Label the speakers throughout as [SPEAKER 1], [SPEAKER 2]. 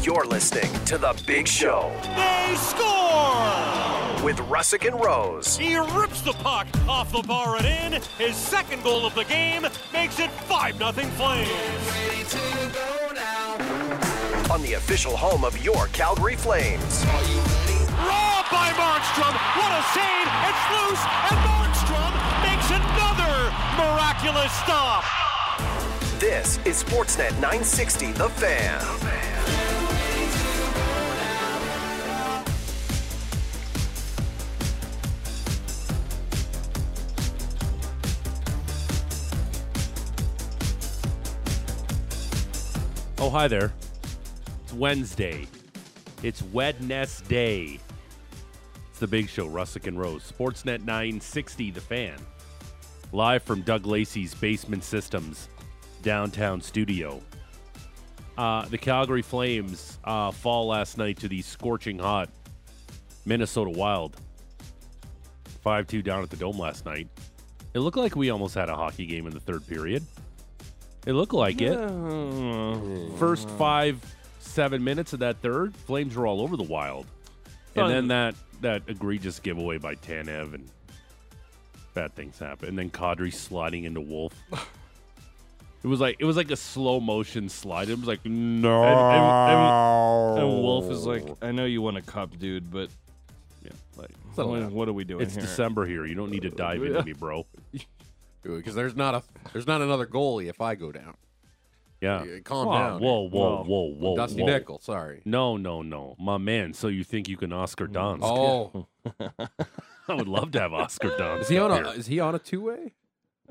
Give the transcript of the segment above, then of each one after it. [SPEAKER 1] You're listening to The Big Show
[SPEAKER 2] They score!
[SPEAKER 1] with Russick and Rose.
[SPEAKER 2] He rips the puck off the bar and in. His second goal of the game makes it 5 0 Flames.
[SPEAKER 1] on the official home of your Calgary Flames.
[SPEAKER 2] Robbed by Markstrom. What a save! It's loose, and Markstrom makes another miraculous stop.
[SPEAKER 1] This is Sportsnet 960, The Fan.
[SPEAKER 3] Oh, hi there. It's Wednesday. It's Wednesday. It's the big show, Russick and Rose. Sportsnet 960, The Fan. Live from Doug Lacey's Basement Systems downtown studio. Uh, the Calgary Flames uh, fall last night to the scorching hot Minnesota Wild. 5 2 down at the Dome last night. It looked like we almost had a hockey game in the third period. It looked like it first five, seven minutes of that third, Flames were all over the Wild, and then that that egregious giveaway by Tanev, and bad things happen. And then Kadri sliding into Wolf. it was like it was like a slow motion slide. It was like no, and, and- and- and Wolf is like,
[SPEAKER 4] I know you want a cup, dude, but
[SPEAKER 3] yeah, like it's,
[SPEAKER 4] what,
[SPEAKER 3] Atlanta.
[SPEAKER 4] are we doing
[SPEAKER 3] It's
[SPEAKER 4] here?
[SPEAKER 3] December here. You don't need to
[SPEAKER 5] Uh,
[SPEAKER 3] dive into me, bro.
[SPEAKER 5] because there's not a there's not another goalie if I go down.
[SPEAKER 3] Yeah,
[SPEAKER 5] Yeah, calm
[SPEAKER 3] Whoa,
[SPEAKER 5] down.
[SPEAKER 3] Whoa, whoa, whoa,
[SPEAKER 4] Oh,
[SPEAKER 3] whoa,
[SPEAKER 5] Dusty
[SPEAKER 3] whoa.
[SPEAKER 5] Nickel, sorry.
[SPEAKER 3] No, no, no, my man. So you think you can Oscar Donsk?
[SPEAKER 5] Mm. Oh,
[SPEAKER 3] I would love to have Oscar Donsk.
[SPEAKER 5] is he
[SPEAKER 3] up
[SPEAKER 5] on
[SPEAKER 3] here.
[SPEAKER 5] a is he on a two way?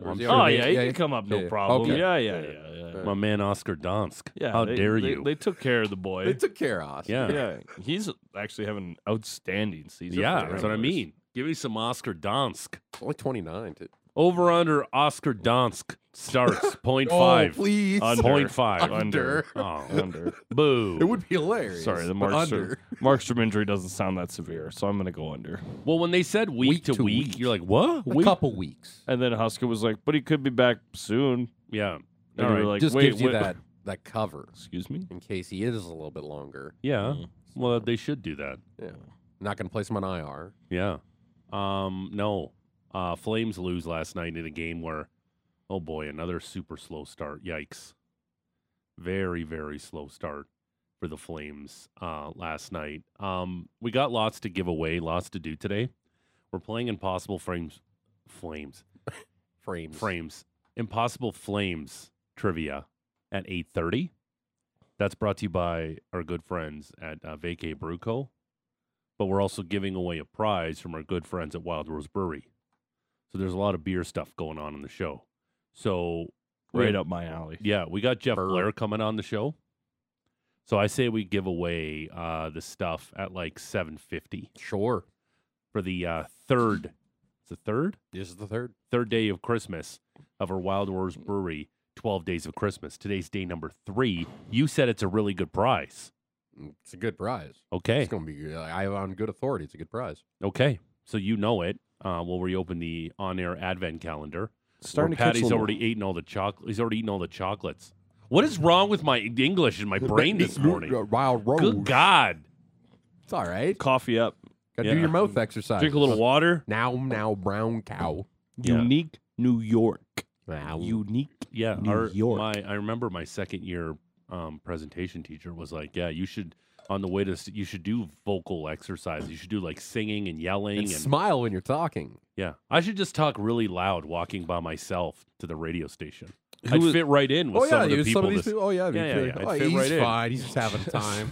[SPEAKER 4] Oh yeah, you can come up, no
[SPEAKER 5] yeah.
[SPEAKER 4] problem.
[SPEAKER 5] Okay.
[SPEAKER 4] Yeah, yeah, yeah, yeah.
[SPEAKER 3] My man Oscar Donsk.
[SPEAKER 4] Yeah,
[SPEAKER 3] How
[SPEAKER 4] they-
[SPEAKER 3] dare
[SPEAKER 4] they-
[SPEAKER 3] you?
[SPEAKER 4] They took care of the boy.
[SPEAKER 5] They took care of us.
[SPEAKER 3] yeah. Yeah.
[SPEAKER 4] yeah, he's actually having an outstanding season. for the
[SPEAKER 3] that's what I
[SPEAKER 4] Wranglers.
[SPEAKER 3] mean. Give me some Oscar Donsk.
[SPEAKER 5] only twenty nine.
[SPEAKER 3] Over under Oscar Donsk starts point
[SPEAKER 4] Oh,
[SPEAKER 5] Oh,
[SPEAKER 3] five.
[SPEAKER 5] please.
[SPEAKER 3] On point five.
[SPEAKER 4] Under.
[SPEAKER 3] Oh,
[SPEAKER 4] Under.
[SPEAKER 3] boo.
[SPEAKER 5] It would be hilarious.
[SPEAKER 4] Sorry, the
[SPEAKER 5] but
[SPEAKER 4] Markstrom,
[SPEAKER 5] under.
[SPEAKER 4] Markstrom injury doesn't sound that severe, so I'm gonna go under.
[SPEAKER 3] well, when they said week,
[SPEAKER 5] Week
[SPEAKER 3] to,
[SPEAKER 5] to
[SPEAKER 3] week,
[SPEAKER 5] week.
[SPEAKER 3] you're like, what?
[SPEAKER 5] A
[SPEAKER 3] Week?
[SPEAKER 5] couple weeks.
[SPEAKER 4] And then Husker was like, "But he could be back soon."
[SPEAKER 3] Yeah. All
[SPEAKER 4] And you were
[SPEAKER 3] right.
[SPEAKER 4] like,
[SPEAKER 5] Just
[SPEAKER 4] wait,
[SPEAKER 5] gives you
[SPEAKER 4] wait-
[SPEAKER 5] that that cover
[SPEAKER 4] Excuse me.
[SPEAKER 5] in case he is a little bit longer.
[SPEAKER 3] yeah. Well, they should do that.
[SPEAKER 5] Yeah. Not going to place him on IR.
[SPEAKER 3] Yeah. Um, no. Uh, Flames lose last night in a game where, oh boy, another super slow start. Yikes. Very, very slow start for the Flames uh, last night. Um, we got lots to give away, lots to do today. We're playing Impossible Frames, Flames,
[SPEAKER 5] Frames.
[SPEAKER 3] Frames, Impossible Flames trivia at 8.30. That's brought to you by our good friends at uh, Vacay Brew Co. But we're also giving away a prize from our good friends at Wild Rose Brewery. So there's a lot of beer stuff going on in the show. So we-
[SPEAKER 4] Right up my alley.
[SPEAKER 3] yeah, we got Jeff
[SPEAKER 5] Burr.
[SPEAKER 3] Blair coming on the show. So I say we give away uh, the stuff at like 7:50
[SPEAKER 5] Sure.
[SPEAKER 3] for the uh, third. It's the third
[SPEAKER 5] This is the third.
[SPEAKER 3] third day of Christmas of our Wild Wars Brewery 12 Days of Christmas. Today's day number three. You said it's a really good prize.
[SPEAKER 5] It's a good prize.
[SPEAKER 3] Okay.
[SPEAKER 5] It's going to be good. I have on good authority. It's a good prize.
[SPEAKER 3] Okay. So you know it. Uh, we'll reopen the on air advent calendar.
[SPEAKER 4] Starting
[SPEAKER 3] where
[SPEAKER 4] to catch
[SPEAKER 3] Patty's
[SPEAKER 4] a-
[SPEAKER 3] already eaten all the chocolate. He's already eaten all the chocolates. What is wrong with my English and my brain this morning?
[SPEAKER 5] Wild Rose.
[SPEAKER 3] Good God.
[SPEAKER 5] It's all right.
[SPEAKER 4] coffee up.
[SPEAKER 5] Gotta
[SPEAKER 3] Yeah.
[SPEAKER 5] do your mouth exercise.
[SPEAKER 3] Drink a little water.
[SPEAKER 5] Now, now, brown cow.
[SPEAKER 3] Yeah.
[SPEAKER 4] Unique New York.
[SPEAKER 5] Now.
[SPEAKER 4] Unique.
[SPEAKER 3] Yeah,
[SPEAKER 4] New
[SPEAKER 3] our,
[SPEAKER 4] York.
[SPEAKER 3] My, I remember my second year um, presentation teacher was like, "Yeah, you should on the way to s- you should do vocal exercise. You should do like singing and yelling
[SPEAKER 5] and
[SPEAKER 3] and,
[SPEAKER 5] smile when you're talking.
[SPEAKER 3] yeah. I should just talk really loud walking by myself to the radio station.
[SPEAKER 4] Who
[SPEAKER 3] I'd
[SPEAKER 4] was-
[SPEAKER 3] fit right in with
[SPEAKER 5] oh,
[SPEAKER 3] some
[SPEAKER 5] yeah.
[SPEAKER 3] of the
[SPEAKER 5] you-
[SPEAKER 3] people.
[SPEAKER 5] some of these
[SPEAKER 3] this-
[SPEAKER 5] people. Oh, yeah.
[SPEAKER 3] Yeah,
[SPEAKER 5] they'd
[SPEAKER 3] yeah,
[SPEAKER 5] be
[SPEAKER 3] yeah,
[SPEAKER 5] like,
[SPEAKER 3] I'd
[SPEAKER 5] "Oh,
[SPEAKER 3] fit right
[SPEAKER 5] he's
[SPEAKER 3] in."
[SPEAKER 5] fine. He's just having a time.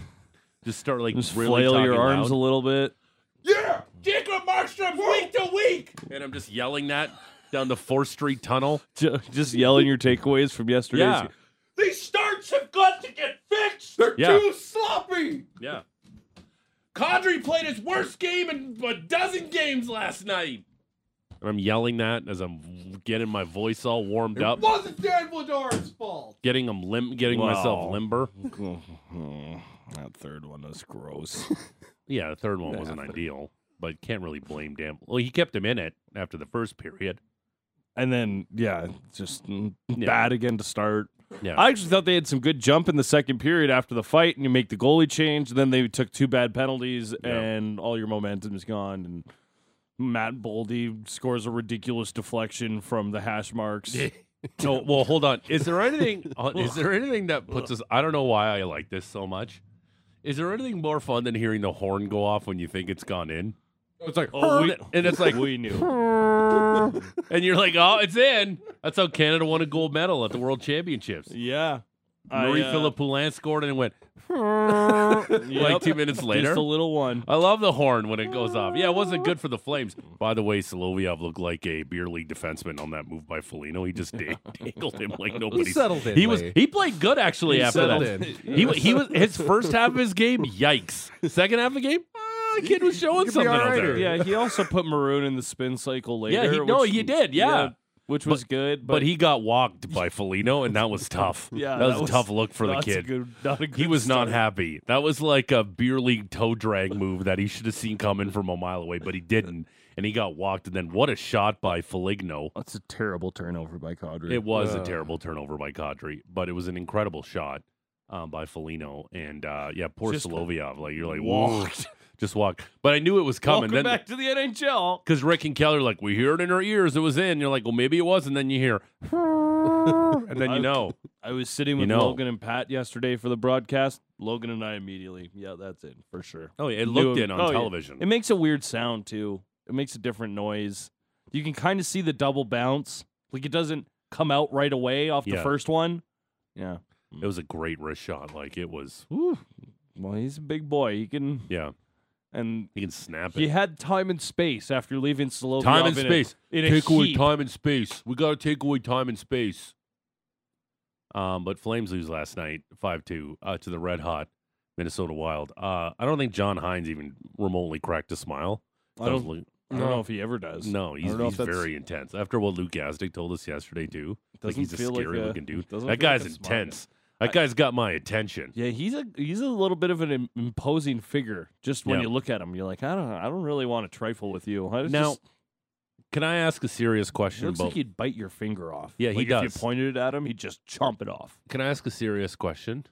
[SPEAKER 3] Just start like
[SPEAKER 4] Just
[SPEAKER 3] really
[SPEAKER 4] flail your
[SPEAKER 3] talking
[SPEAKER 4] arms
[SPEAKER 3] loud,
[SPEAKER 4] a little bit.
[SPEAKER 5] yeah. Jacob Markstrom's week to week.
[SPEAKER 3] and I'm just yelling that down the Fourth Street Tunnel.
[SPEAKER 4] Ju- Just yelling your takeaways from yesterday's.
[SPEAKER 3] Yeah.
[SPEAKER 2] These starts have got to get fixed.
[SPEAKER 5] They're
[SPEAKER 3] Yeah.
[SPEAKER 5] too sloppy.
[SPEAKER 3] Yeah. Kadri played his worst game in a dozen games last night. And I'm yelling that as I'm getting my voice all warmed up.
[SPEAKER 5] wasn't Dan Vlador's fault.
[SPEAKER 3] getting them lim- getting myself
[SPEAKER 4] Wow.
[SPEAKER 3] limber.
[SPEAKER 4] that third one was gross.
[SPEAKER 3] Yeah, the third one wasn't ideal, but can't really blame Dan. Well, he kept him in it after the first period.
[SPEAKER 4] and then, yeah, just mm, bad again to start.
[SPEAKER 3] Yeah.
[SPEAKER 4] I actually thought they had some good jump in the second period after the fight, and you make the goalie change. Then they took two bad penalties, and all your momentum is gone. And Matt Boldy scores a ridiculous deflection from the hash marks.
[SPEAKER 3] No, well, hold on. Is there anything? uh, is there anything that puts us? I don't know why I like this so much. Is there anything more fun than hearing the horn go off when you think it's gone in?
[SPEAKER 5] It's like,
[SPEAKER 4] Oh, we-
[SPEAKER 3] and it's like,
[SPEAKER 4] we knew.
[SPEAKER 3] and you're like, oh, it's in. That's how Canada won a gold medal at the World Championships.
[SPEAKER 4] Yeah. I,
[SPEAKER 3] Marie
[SPEAKER 4] uh,
[SPEAKER 3] Philippe Poulin scored and it went like
[SPEAKER 4] yep,
[SPEAKER 3] two minutes later.
[SPEAKER 4] Just a little one.
[SPEAKER 3] I love the horn when it goes off. Yeah, it wasn't good for the Flames. By the way, Soloviev looked like a beer league defenseman on that move by Felino. He just da- dangled him like nobody.
[SPEAKER 5] settled in,
[SPEAKER 3] He was
[SPEAKER 5] Lee.
[SPEAKER 3] he played good actually after
[SPEAKER 5] settled
[SPEAKER 3] that.
[SPEAKER 5] in.
[SPEAKER 3] He wa- he was his first half of his game. Yikes! Second half of the game, ah, kid was showing
[SPEAKER 5] be
[SPEAKER 3] something
[SPEAKER 5] all
[SPEAKER 3] out
[SPEAKER 5] right
[SPEAKER 3] there.
[SPEAKER 5] here.
[SPEAKER 4] Yeah, he also put Maroon in the spin cycle later.
[SPEAKER 3] Yeah, he- no,
[SPEAKER 4] which-
[SPEAKER 3] he did, yeah.
[SPEAKER 4] which was good, but,
[SPEAKER 3] But he got walked by Felino, and that was tough.
[SPEAKER 4] Yeah,
[SPEAKER 3] that was
[SPEAKER 4] that
[SPEAKER 3] a tough
[SPEAKER 4] was
[SPEAKER 3] look for the
[SPEAKER 4] not a
[SPEAKER 3] kid.
[SPEAKER 4] good- not a
[SPEAKER 3] he
[SPEAKER 4] good
[SPEAKER 3] was not
[SPEAKER 4] start.
[SPEAKER 3] happy. That was like a beer league toe drag move that he should have seen coming from a mile away, but he didn't, and he got walked. And then what a shot by Feligno!
[SPEAKER 4] That's a terrible turnover by Kadri.
[SPEAKER 3] It was a
[SPEAKER 5] Uh.
[SPEAKER 3] terrible turnover by Kadri, but it was an incredible shot um, by Felino. And uh, yeah, poor
[SPEAKER 4] Just-
[SPEAKER 3] Solovyov. Like you're like walked, just walked. But I knew it was coming.
[SPEAKER 4] Welcome
[SPEAKER 3] then
[SPEAKER 4] back to the NHL.
[SPEAKER 3] because Rick and Kelly are like, we hear it in our ears. It was in. You're like, well, maybe it was, and then you hear, and then you know.
[SPEAKER 4] I was sitting with
[SPEAKER 3] know.
[SPEAKER 4] Logan and Pat yesterday for the broadcast. Logan and I immediately, yeah, that's it for sure.
[SPEAKER 3] Oh, yeah, it
[SPEAKER 4] Knew
[SPEAKER 3] looked in on
[SPEAKER 4] oh, yeah.
[SPEAKER 3] television.
[SPEAKER 4] It makes a weird sound too. It makes a different noise. You can kind of see the double bounce. Like it doesn't come out right away off
[SPEAKER 3] Yeah.
[SPEAKER 4] the first one. Yeah.
[SPEAKER 3] It was a great wrist shot. Like it was,
[SPEAKER 4] Whew. Well, he's a big boy. He can
[SPEAKER 3] yeah.
[SPEAKER 4] and
[SPEAKER 3] He can snap
[SPEAKER 4] he
[SPEAKER 3] it.
[SPEAKER 4] had time and space after leaving Slovenia.
[SPEAKER 3] Time and space.
[SPEAKER 4] in a
[SPEAKER 3] take away
[SPEAKER 4] heap.
[SPEAKER 3] time and space. We got to take away time and space. Um, but Flames lose last night, five two, uh, to the Red Hot Minnesota Wild. Uh, I don't think John Hines even remotely cracked a smile.
[SPEAKER 4] I
[SPEAKER 3] That was
[SPEAKER 4] don't,
[SPEAKER 3] Luke-
[SPEAKER 4] I don't know if he ever does.
[SPEAKER 3] no, he's,
[SPEAKER 5] don't know
[SPEAKER 3] he's
[SPEAKER 5] if that's-
[SPEAKER 3] very intense. After what Luke Gazdick told us yesterday, too, like
[SPEAKER 4] Doesn't
[SPEAKER 3] he's a
[SPEAKER 4] feel
[SPEAKER 3] scary
[SPEAKER 4] like a-
[SPEAKER 3] looking dude. That
[SPEAKER 4] doesn't feel like
[SPEAKER 3] guy's
[SPEAKER 4] a smart guy.
[SPEAKER 3] intense. That guy's got my attention.
[SPEAKER 4] Yeah, he's a he's a little bit of an im- imposing figure. Just when
[SPEAKER 3] Yeah.
[SPEAKER 4] you look at him, you're like, I don't I don't really want to trifle with you. I
[SPEAKER 3] Now,
[SPEAKER 4] just,
[SPEAKER 3] Can I ask a serious
[SPEAKER 4] it
[SPEAKER 3] question
[SPEAKER 4] looks
[SPEAKER 3] about
[SPEAKER 4] like he'd bite your finger off.
[SPEAKER 3] Yeah, he
[SPEAKER 4] Like, If
[SPEAKER 3] does.
[SPEAKER 4] you pointed it at him, he'd just chomp it off.
[SPEAKER 3] Can I ask a serious question?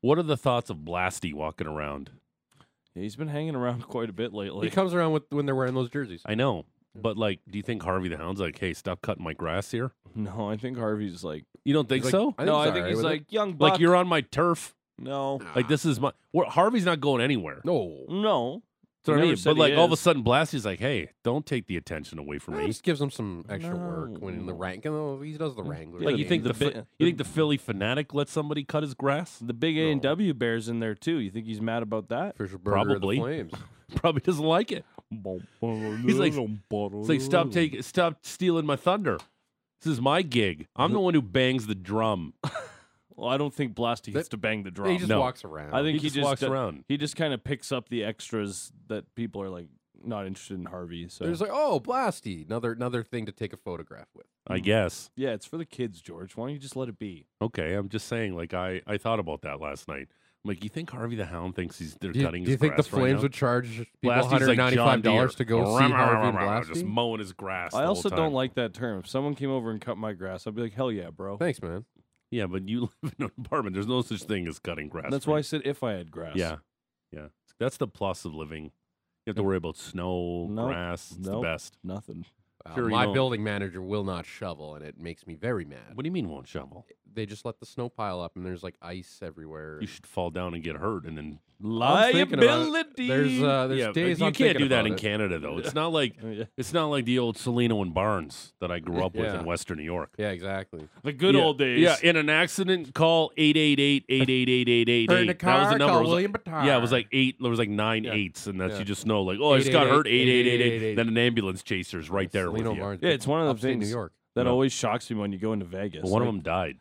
[SPEAKER 3] What are the thoughts of Blasty walking around?
[SPEAKER 4] Yeah, he's been hanging around quite a bit lately.
[SPEAKER 5] he comes around with when they're wearing those jerseys.
[SPEAKER 3] I know, but like, do you think Harvey the Hound's like, hey, stop cutting my grass here?
[SPEAKER 4] no, I think Harvey's like
[SPEAKER 3] You don't think
[SPEAKER 5] He's like,
[SPEAKER 3] so?
[SPEAKER 5] I think
[SPEAKER 4] no,
[SPEAKER 5] he's
[SPEAKER 4] I think
[SPEAKER 5] alright
[SPEAKER 4] he's
[SPEAKER 5] with it.
[SPEAKER 4] like young buck.
[SPEAKER 3] Like, you're on my turf.
[SPEAKER 4] no,
[SPEAKER 3] Like, this is my. we Harvey's not going anywhere.
[SPEAKER 5] Ah. No.
[SPEAKER 4] no.
[SPEAKER 3] That's what I
[SPEAKER 4] Never
[SPEAKER 3] mean.
[SPEAKER 4] said
[SPEAKER 3] But
[SPEAKER 4] he
[SPEAKER 3] like, all of a
[SPEAKER 4] is.
[SPEAKER 3] sudden, Blasty's like, hey, don't take the attention away from
[SPEAKER 5] Well,
[SPEAKER 3] me.
[SPEAKER 5] just gives him some extra work when in the
[SPEAKER 4] No.
[SPEAKER 5] rank. You know, he does the Wrangler.
[SPEAKER 3] Mm-hmm.
[SPEAKER 4] Yeah,
[SPEAKER 3] Like, you
[SPEAKER 4] the
[SPEAKER 3] think the,
[SPEAKER 4] bi-
[SPEAKER 3] Phi- you think the Philly fanatic let somebody cut his grass?
[SPEAKER 4] the big A and W bears in there too. You think he's mad about that?
[SPEAKER 5] Fisher Burger of the
[SPEAKER 3] Probably.
[SPEAKER 5] Flames.
[SPEAKER 3] Probably doesn't like it.
[SPEAKER 4] he's
[SPEAKER 3] like- It's like
[SPEAKER 5] oh,
[SPEAKER 3] stop taking, stop stealing my thunder. This is my gig. I'm the one who bangs the drum.
[SPEAKER 4] Well, I don't think Blasty gets
[SPEAKER 5] That-
[SPEAKER 4] to bang the drum.
[SPEAKER 5] He just
[SPEAKER 3] No.
[SPEAKER 5] walks around.
[SPEAKER 4] I think he,
[SPEAKER 3] just walks
[SPEAKER 4] do-
[SPEAKER 3] around.
[SPEAKER 4] He just kind of picks up the extras that people are like not interested in Harvey. So
[SPEAKER 5] there's like, oh, Blasty, another another thing to take a photograph with.
[SPEAKER 3] I guess.
[SPEAKER 4] yeah, it's for the kids, George. Why don't you just let it be?
[SPEAKER 3] Okay, I'm just saying. Like I, I thought about that last night. I'm like, you think Harvey the Hound thinks he's they're
[SPEAKER 5] Do you,
[SPEAKER 3] cutting?
[SPEAKER 5] do
[SPEAKER 3] his
[SPEAKER 5] you think the
[SPEAKER 3] grass right
[SPEAKER 5] Flames
[SPEAKER 3] now?
[SPEAKER 5] would charge people
[SPEAKER 3] Blasty's like John
[SPEAKER 5] $195
[SPEAKER 3] Deere.
[SPEAKER 5] to go
[SPEAKER 3] Rum,
[SPEAKER 5] see
[SPEAKER 3] rum,
[SPEAKER 5] Harvey and
[SPEAKER 3] rum, rum, Just
[SPEAKER 5] Blasty?
[SPEAKER 3] mowing his grass.
[SPEAKER 4] I
[SPEAKER 3] the
[SPEAKER 4] also
[SPEAKER 3] whole
[SPEAKER 4] don't
[SPEAKER 3] time.
[SPEAKER 4] like that term. If someone came over and cut my grass, I'd be like, hell yeah, bro.
[SPEAKER 5] Thanks, man.
[SPEAKER 3] Yeah, but you live in an apartment. There's no such thing as cutting grass.
[SPEAKER 4] That's
[SPEAKER 3] for
[SPEAKER 4] why I
[SPEAKER 3] you.
[SPEAKER 4] said if I had grass.
[SPEAKER 3] Yeah, yeah. That's the plus of living. You have to worry about snow,
[SPEAKER 4] Nope,
[SPEAKER 3] grass. It's
[SPEAKER 4] nope.
[SPEAKER 3] the best.
[SPEAKER 4] nothing.
[SPEAKER 5] Uh,
[SPEAKER 3] Sure, you
[SPEAKER 5] my
[SPEAKER 3] know-
[SPEAKER 5] building manager will not shovel, and it makes me very mad.
[SPEAKER 3] What do you mean won't shovel?
[SPEAKER 5] They just let the snow pile up, and there's like ice everywhere.
[SPEAKER 3] You should fall down and get hurt, and then
[SPEAKER 5] I'm thinking about it.
[SPEAKER 4] Liability.
[SPEAKER 5] There's uh, there's
[SPEAKER 3] yeah, but
[SPEAKER 5] days
[SPEAKER 3] you
[SPEAKER 5] I'm
[SPEAKER 3] can't
[SPEAKER 5] thinking
[SPEAKER 3] do that
[SPEAKER 5] about
[SPEAKER 3] in
[SPEAKER 5] it.
[SPEAKER 3] Canada though. It's not like
[SPEAKER 4] Yeah.
[SPEAKER 3] it's not like the old Salino and Barnes that I grew up with
[SPEAKER 5] Yeah.
[SPEAKER 3] in Western New York.
[SPEAKER 5] Yeah, exactly.
[SPEAKER 4] The good
[SPEAKER 3] Yeah.
[SPEAKER 4] old days.
[SPEAKER 3] Yeah, in an accident, call 888-888-8888. that was the number. It was like- yeah, it was like eight. There was like nine
[SPEAKER 5] Yeah.
[SPEAKER 3] eights, and that's
[SPEAKER 5] Yeah.
[SPEAKER 3] you just know, like, oh, I just got hurt.
[SPEAKER 5] 888-888-88.
[SPEAKER 3] 8888. Then an ambulance chaser's right there with you.
[SPEAKER 5] Barnes,
[SPEAKER 4] Yeah, it's one of the
[SPEAKER 5] upstate
[SPEAKER 4] things
[SPEAKER 5] New York.
[SPEAKER 4] that
[SPEAKER 3] Yeah.
[SPEAKER 4] always shocks me when you go into Vegas.
[SPEAKER 3] Well, one of
[SPEAKER 4] Like,
[SPEAKER 3] them died.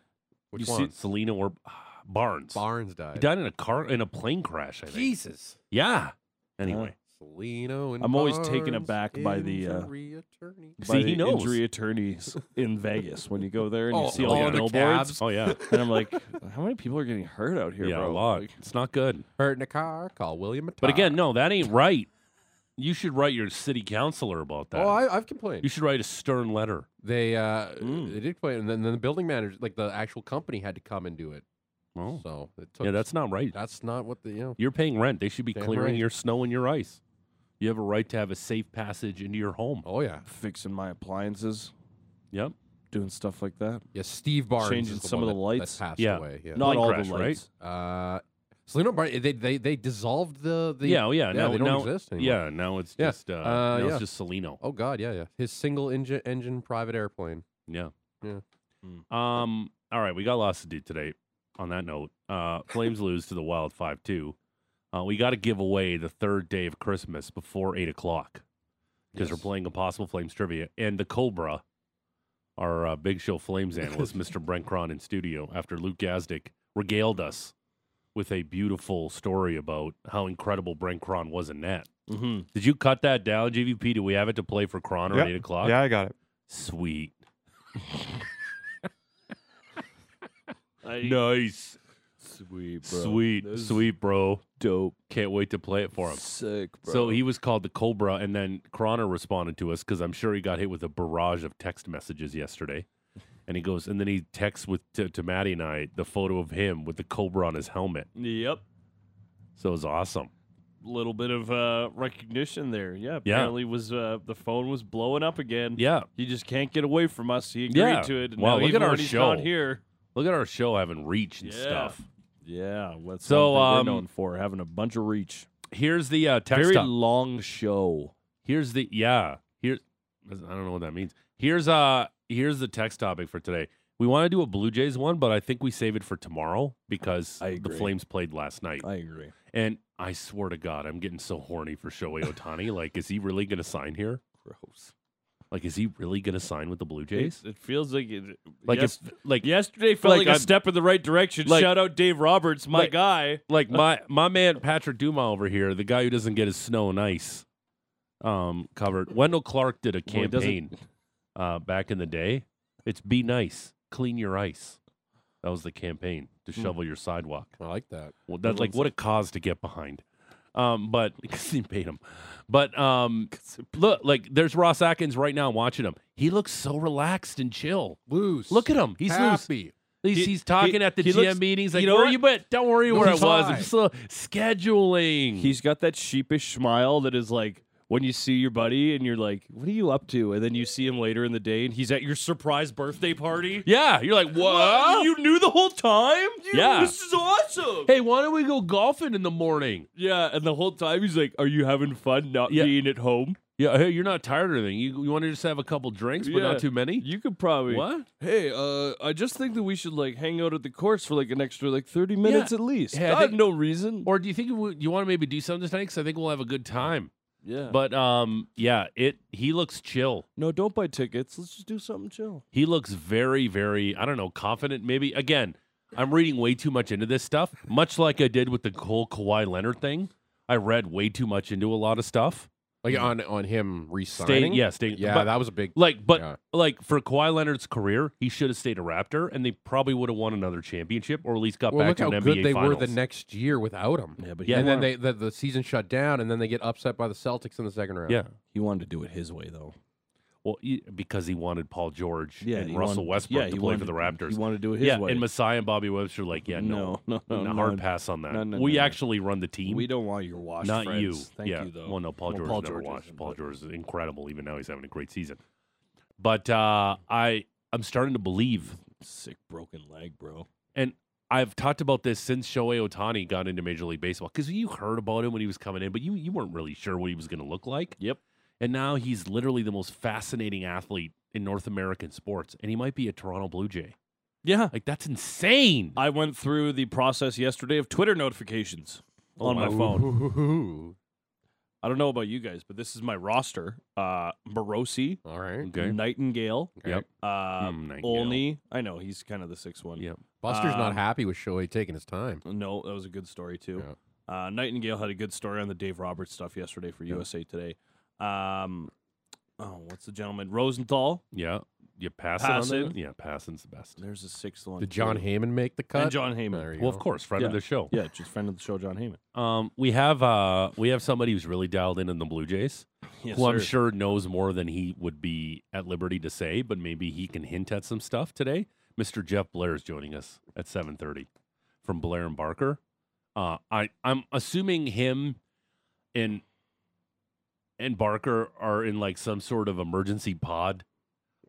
[SPEAKER 5] Which
[SPEAKER 3] you
[SPEAKER 5] one?
[SPEAKER 3] see, Selena or ah, Barnes.
[SPEAKER 5] Barnes
[SPEAKER 3] He
[SPEAKER 5] died.
[SPEAKER 3] died in a car in a plane crash. I think.
[SPEAKER 5] Jesus.
[SPEAKER 3] Yeah. Anyway,
[SPEAKER 5] Salino and
[SPEAKER 4] I'm always taken
[SPEAKER 5] Barnes,
[SPEAKER 4] aback by the, uh,
[SPEAKER 5] injury attorney.
[SPEAKER 4] by
[SPEAKER 3] See, he
[SPEAKER 4] the
[SPEAKER 3] knows.
[SPEAKER 4] injury attorneys in Vegas when you go there and you
[SPEAKER 5] Oh,
[SPEAKER 4] see
[SPEAKER 3] oh,
[SPEAKER 4] all
[SPEAKER 3] yeah.
[SPEAKER 4] the billboards.
[SPEAKER 5] cabs.
[SPEAKER 3] oh yeah,
[SPEAKER 4] And I'm like, how many people are getting hurt out here,
[SPEAKER 3] yeah, a
[SPEAKER 4] bro?
[SPEAKER 3] lot.
[SPEAKER 4] Like,
[SPEAKER 3] It's not good.
[SPEAKER 5] Hurt in a car. Call William.
[SPEAKER 3] But again, no, that ain't right. You should write your city councilor about that.
[SPEAKER 5] Oh, I, I've
[SPEAKER 3] you
[SPEAKER 5] complained.
[SPEAKER 3] should write a stern letter.
[SPEAKER 5] They uh,
[SPEAKER 3] Hmm.
[SPEAKER 5] they did complain, and then, then the building manager, like the actual company, had to come and do it.
[SPEAKER 3] Well,
[SPEAKER 5] So it took,
[SPEAKER 3] Oh. yeah, that's not right.
[SPEAKER 5] that's not what the you know.
[SPEAKER 3] You're paying rent. They should be
[SPEAKER 5] Damn
[SPEAKER 3] clearing
[SPEAKER 5] right.
[SPEAKER 3] your snow and your ice. You have a right to have a safe passage into your home.
[SPEAKER 5] Oh yeah,
[SPEAKER 4] Fixing my appliances,
[SPEAKER 3] Yep.
[SPEAKER 4] doing stuff like that.
[SPEAKER 5] yeah. Steve Barnes is
[SPEAKER 4] Changing
[SPEAKER 5] the
[SPEAKER 4] some
[SPEAKER 5] one
[SPEAKER 4] of the
[SPEAKER 5] that- that
[SPEAKER 4] lights.
[SPEAKER 5] passed
[SPEAKER 3] Yeah.
[SPEAKER 5] away. Yeah.
[SPEAKER 4] Not
[SPEAKER 3] Plane
[SPEAKER 4] all
[SPEAKER 3] crash,
[SPEAKER 4] the
[SPEAKER 3] right?
[SPEAKER 4] lights.
[SPEAKER 5] Uh, Selena Barnes, they, they they dissolved the the
[SPEAKER 3] yeah, oh yeah. now,
[SPEAKER 5] they don't
[SPEAKER 3] now,
[SPEAKER 5] exist anymore.
[SPEAKER 3] Yeah, now it's
[SPEAKER 5] Yeah.
[SPEAKER 3] just uh,
[SPEAKER 5] Uh,
[SPEAKER 3] now
[SPEAKER 5] yeah.
[SPEAKER 3] it's just Salino.
[SPEAKER 5] Oh God, yeah, yeah. His single engine engine private airplane.
[SPEAKER 3] Yeah.
[SPEAKER 5] Yeah.
[SPEAKER 3] Um. All right, we got lots to do today. On that note, uh, Flames lose to the Wild five two. Uh, we got to give away the third day of Christmas before eight o'clock because
[SPEAKER 5] Yes.
[SPEAKER 3] we're playing Impossible Flames trivia, and the Cobra, our uh, Big Show Flames analyst, Mr. Brent Cron in studio after Luke Gazdick regaled us with a beautiful story about how incredible Brent Cron was in that.
[SPEAKER 4] Mm-hmm.
[SPEAKER 3] Did you cut that down, GVP? Do we have it to play for Cron
[SPEAKER 6] Yep.
[SPEAKER 3] around eight o'clock?
[SPEAKER 6] Yeah, I got it.
[SPEAKER 3] Sweet. nice.
[SPEAKER 4] Sweet,
[SPEAKER 3] Sweet. Sweet, bro.
[SPEAKER 4] dope,
[SPEAKER 3] Can't wait to play it for him.
[SPEAKER 4] sick,
[SPEAKER 3] So he was called the Cobra, and then Croner responded to us because I'm sure he got hit with a barrage of text messages yesterday. And he goes, and then he texts with to, to Maddie and I the photo of him with the Cobra on his helmet.
[SPEAKER 4] Yep.
[SPEAKER 3] So it was awesome.
[SPEAKER 4] Little bit of uh, recognition there. Yeah. Apparently was uh, the phone was blowing up again.
[SPEAKER 3] Yeah.
[SPEAKER 4] He just can't get away from us. He agreed
[SPEAKER 3] Yeah.
[SPEAKER 4] to it. and
[SPEAKER 3] Wow, look
[SPEAKER 4] now
[SPEAKER 3] at
[SPEAKER 4] even
[SPEAKER 3] our
[SPEAKER 4] when he's not
[SPEAKER 3] show.
[SPEAKER 4] here.
[SPEAKER 3] Look at our show having reach and
[SPEAKER 4] Yeah.
[SPEAKER 3] stuff.
[SPEAKER 4] Yeah, that's
[SPEAKER 3] So,
[SPEAKER 4] so one thing
[SPEAKER 3] um,
[SPEAKER 4] we're known for having a bunch of reach.
[SPEAKER 3] Here's the uh, text.
[SPEAKER 4] Very
[SPEAKER 3] up.
[SPEAKER 4] long show.
[SPEAKER 3] Here's the yeah. Here I don't know what that means. Here's uh here's the text topic for today. We want to do a Blue Jays one, but I think we save it for tomorrow because
[SPEAKER 4] I
[SPEAKER 3] the
[SPEAKER 4] agree.
[SPEAKER 3] Flames played last night.
[SPEAKER 4] I agree.
[SPEAKER 3] and I swear to God, I'm getting so horny for Shohei Otani. like, is he really gonna sign here?
[SPEAKER 4] Gross.
[SPEAKER 3] Like, is he really gonna sign with the Blue Jays?
[SPEAKER 4] It, it feels like it.
[SPEAKER 3] Like,
[SPEAKER 4] yes-
[SPEAKER 3] if like
[SPEAKER 4] yesterday felt
[SPEAKER 3] like
[SPEAKER 4] like, a
[SPEAKER 3] I'm-
[SPEAKER 4] step in the right direction.
[SPEAKER 3] Like-
[SPEAKER 4] Shout out Dave Roberts, Uh, my
[SPEAKER 3] Like-
[SPEAKER 4] guy.
[SPEAKER 3] like my my man Patrick Duma over here, the guy who doesn't get his snow and ice um covered. Wendell Clark did a
[SPEAKER 4] Well, he doesn't-
[SPEAKER 3] campaign uh back in the day. It's be nice, clean your ice. That was the campaign to
[SPEAKER 4] Hmm.
[SPEAKER 3] shovel your sidewalk.
[SPEAKER 5] I like that.
[SPEAKER 3] Well, that's like what a cause to get behind. Um, but because he paid him. But um, look, like there's Ross Atkins right now watching him. He looks so relaxed and chill.
[SPEAKER 5] Loose.
[SPEAKER 3] Look at him. He's loose.
[SPEAKER 5] happy.
[SPEAKER 3] He's,
[SPEAKER 4] He-
[SPEAKER 3] he's talking
[SPEAKER 4] he-
[SPEAKER 3] at the
[SPEAKER 4] he
[SPEAKER 3] GM
[SPEAKER 4] looks-
[SPEAKER 3] meetings.
[SPEAKER 4] you
[SPEAKER 3] Like,
[SPEAKER 4] know
[SPEAKER 3] where
[SPEAKER 4] what?
[SPEAKER 3] you been? Don't worry where I
[SPEAKER 5] he's
[SPEAKER 3] was. I'm
[SPEAKER 5] high.
[SPEAKER 3] just uh, scheduling.
[SPEAKER 4] He's got that sheepish smile that is like when you see your buddy and you're like, "What are you up to?" And then you see him later in the day and he's at your surprise birthday party.
[SPEAKER 3] yeah, you're like, what?
[SPEAKER 4] You knew the whole time.
[SPEAKER 3] Yeah.
[SPEAKER 4] this is awesome.
[SPEAKER 3] hey, why don't we go golfing in the morning?
[SPEAKER 4] Yeah, and the whole time he's like, "Are you having fun not
[SPEAKER 3] Yeah.
[SPEAKER 4] being at home?"
[SPEAKER 3] Yeah, hey, you're not tired or anything. You, you want to just have a couple drinks, but
[SPEAKER 4] Yeah.
[SPEAKER 3] not too many?
[SPEAKER 4] You could probably
[SPEAKER 3] What?
[SPEAKER 4] Hey, uh, I just think that we should like hang out at the course for like an extra like thirty minutes at least.
[SPEAKER 3] Yeah, I
[SPEAKER 4] I have
[SPEAKER 3] think-
[SPEAKER 4] no reason.
[SPEAKER 3] Or do you think we, you want to maybe do something tonight? Because I think we'll have a good time.
[SPEAKER 4] yeah,
[SPEAKER 3] But um, yeah, it he looks chill.
[SPEAKER 4] no, don't buy tickets. Let's just do something chill.
[SPEAKER 3] He looks very, very, I don't know, confident. Maybe again, I'm reading way too much into this stuff. Much like I did with the whole Kawhi Leonard thing, I read way too much into a lot of stuff.
[SPEAKER 5] Like on on him resigning.
[SPEAKER 3] Staying, Mm. yeah, staying,
[SPEAKER 5] Yeah,
[SPEAKER 3] but-
[SPEAKER 5] that was a big.
[SPEAKER 3] like, but
[SPEAKER 5] Yeah.
[SPEAKER 3] like for Kawhi Leonard's career, he should have stayed a Raptor, and they probably would have won another championship, or at least got
[SPEAKER 5] Well,
[SPEAKER 3] back
[SPEAKER 5] look
[SPEAKER 3] to
[SPEAKER 5] how
[SPEAKER 3] an
[SPEAKER 5] good
[SPEAKER 3] NBA
[SPEAKER 5] they
[SPEAKER 3] finals.
[SPEAKER 5] were the next year without him.
[SPEAKER 4] Yeah, but
[SPEAKER 3] he Yeah.
[SPEAKER 5] and then they the, the season shut down, and then they get upset by the Celtics in the second round.
[SPEAKER 3] yeah,
[SPEAKER 4] he wanted to do it his way though.
[SPEAKER 3] well, he- because he wanted Paul George
[SPEAKER 4] Yeah,
[SPEAKER 3] and
[SPEAKER 4] he
[SPEAKER 3] Russell
[SPEAKER 4] wanted-
[SPEAKER 3] Westbrook
[SPEAKER 4] yeah,
[SPEAKER 3] to
[SPEAKER 4] he
[SPEAKER 3] play for
[SPEAKER 4] wanted-
[SPEAKER 3] the Raptors.
[SPEAKER 4] He wanted to do it his
[SPEAKER 3] yeah,
[SPEAKER 4] way.
[SPEAKER 3] and Messiah and Bobby Webster, like, yeah, no,
[SPEAKER 4] no, no, no,
[SPEAKER 3] a
[SPEAKER 4] no,
[SPEAKER 3] hard pass on that.
[SPEAKER 4] No, no,
[SPEAKER 3] we
[SPEAKER 4] no.
[SPEAKER 3] actually run the team.
[SPEAKER 4] We don't want your wash.
[SPEAKER 3] not
[SPEAKER 4] friends.
[SPEAKER 3] you.
[SPEAKER 4] Thank
[SPEAKER 3] yeah.
[SPEAKER 4] you though.
[SPEAKER 3] Well, no, Paul
[SPEAKER 4] Well,
[SPEAKER 3] George
[SPEAKER 4] Paul
[SPEAKER 3] never
[SPEAKER 4] George
[SPEAKER 3] washed.
[SPEAKER 4] isn't,
[SPEAKER 3] Paul
[SPEAKER 4] but-
[SPEAKER 3] George is incredible. Even now, he's having a great season. But uh, I, I'm starting to believe,
[SPEAKER 4] Sick broken leg, bro.
[SPEAKER 3] and I've talked about this since Shohei Otani got into Major League Baseball because you heard about him when he was coming in, but you you weren't really sure what he was going to look like.
[SPEAKER 4] Yep.
[SPEAKER 3] And now he's literally the most fascinating athlete in North American sports, and he might be a Toronto Blue Jay.
[SPEAKER 4] Yeah.
[SPEAKER 3] Like that's insane.
[SPEAKER 4] I went through the process yesterday of Twitter notifications
[SPEAKER 3] Oh,
[SPEAKER 4] on my
[SPEAKER 5] Ooh.
[SPEAKER 4] phone. I don't know about you guys, but this is my roster. Uh Morosi,
[SPEAKER 5] All right.
[SPEAKER 3] okay.
[SPEAKER 4] Nightingale,
[SPEAKER 3] Yep.
[SPEAKER 4] uh
[SPEAKER 3] Hmm, Nightingale.
[SPEAKER 4] Olney. I know he's kind of the sixth one.
[SPEAKER 3] Yep.
[SPEAKER 5] Buster's
[SPEAKER 4] Um,
[SPEAKER 5] not happy with Shohei taking his time.
[SPEAKER 4] No, that was a good story too. Uh Nightingale had a good story on the Dave Roberts stuff yesterday for USA Today. Um Oh, what's the gentleman? Rosenthal
[SPEAKER 3] Yeah. you pass it on
[SPEAKER 4] Passon.
[SPEAKER 3] there? Yeah, Passon's the best.
[SPEAKER 4] There's a sixth one.
[SPEAKER 5] Did John
[SPEAKER 4] too.
[SPEAKER 5] Heyman make the cut?
[SPEAKER 4] And John Heyman.
[SPEAKER 5] There you
[SPEAKER 3] Well,
[SPEAKER 5] go.
[SPEAKER 3] of course, friend of the show.
[SPEAKER 4] Yeah, just friend of the show, John Heyman.
[SPEAKER 3] Um, we have uh, we have somebody who's really dialed in in the Blue Jays,
[SPEAKER 4] Yes,
[SPEAKER 3] who I'm sure knows more than he would be at liberty to say, but maybe he can hint at some stuff today. Mr. Jeff Blair is joining us at 7:30 from Blair and Barker. Uh, I I'm assuming him and and Barker are in like some sort of emergency pod.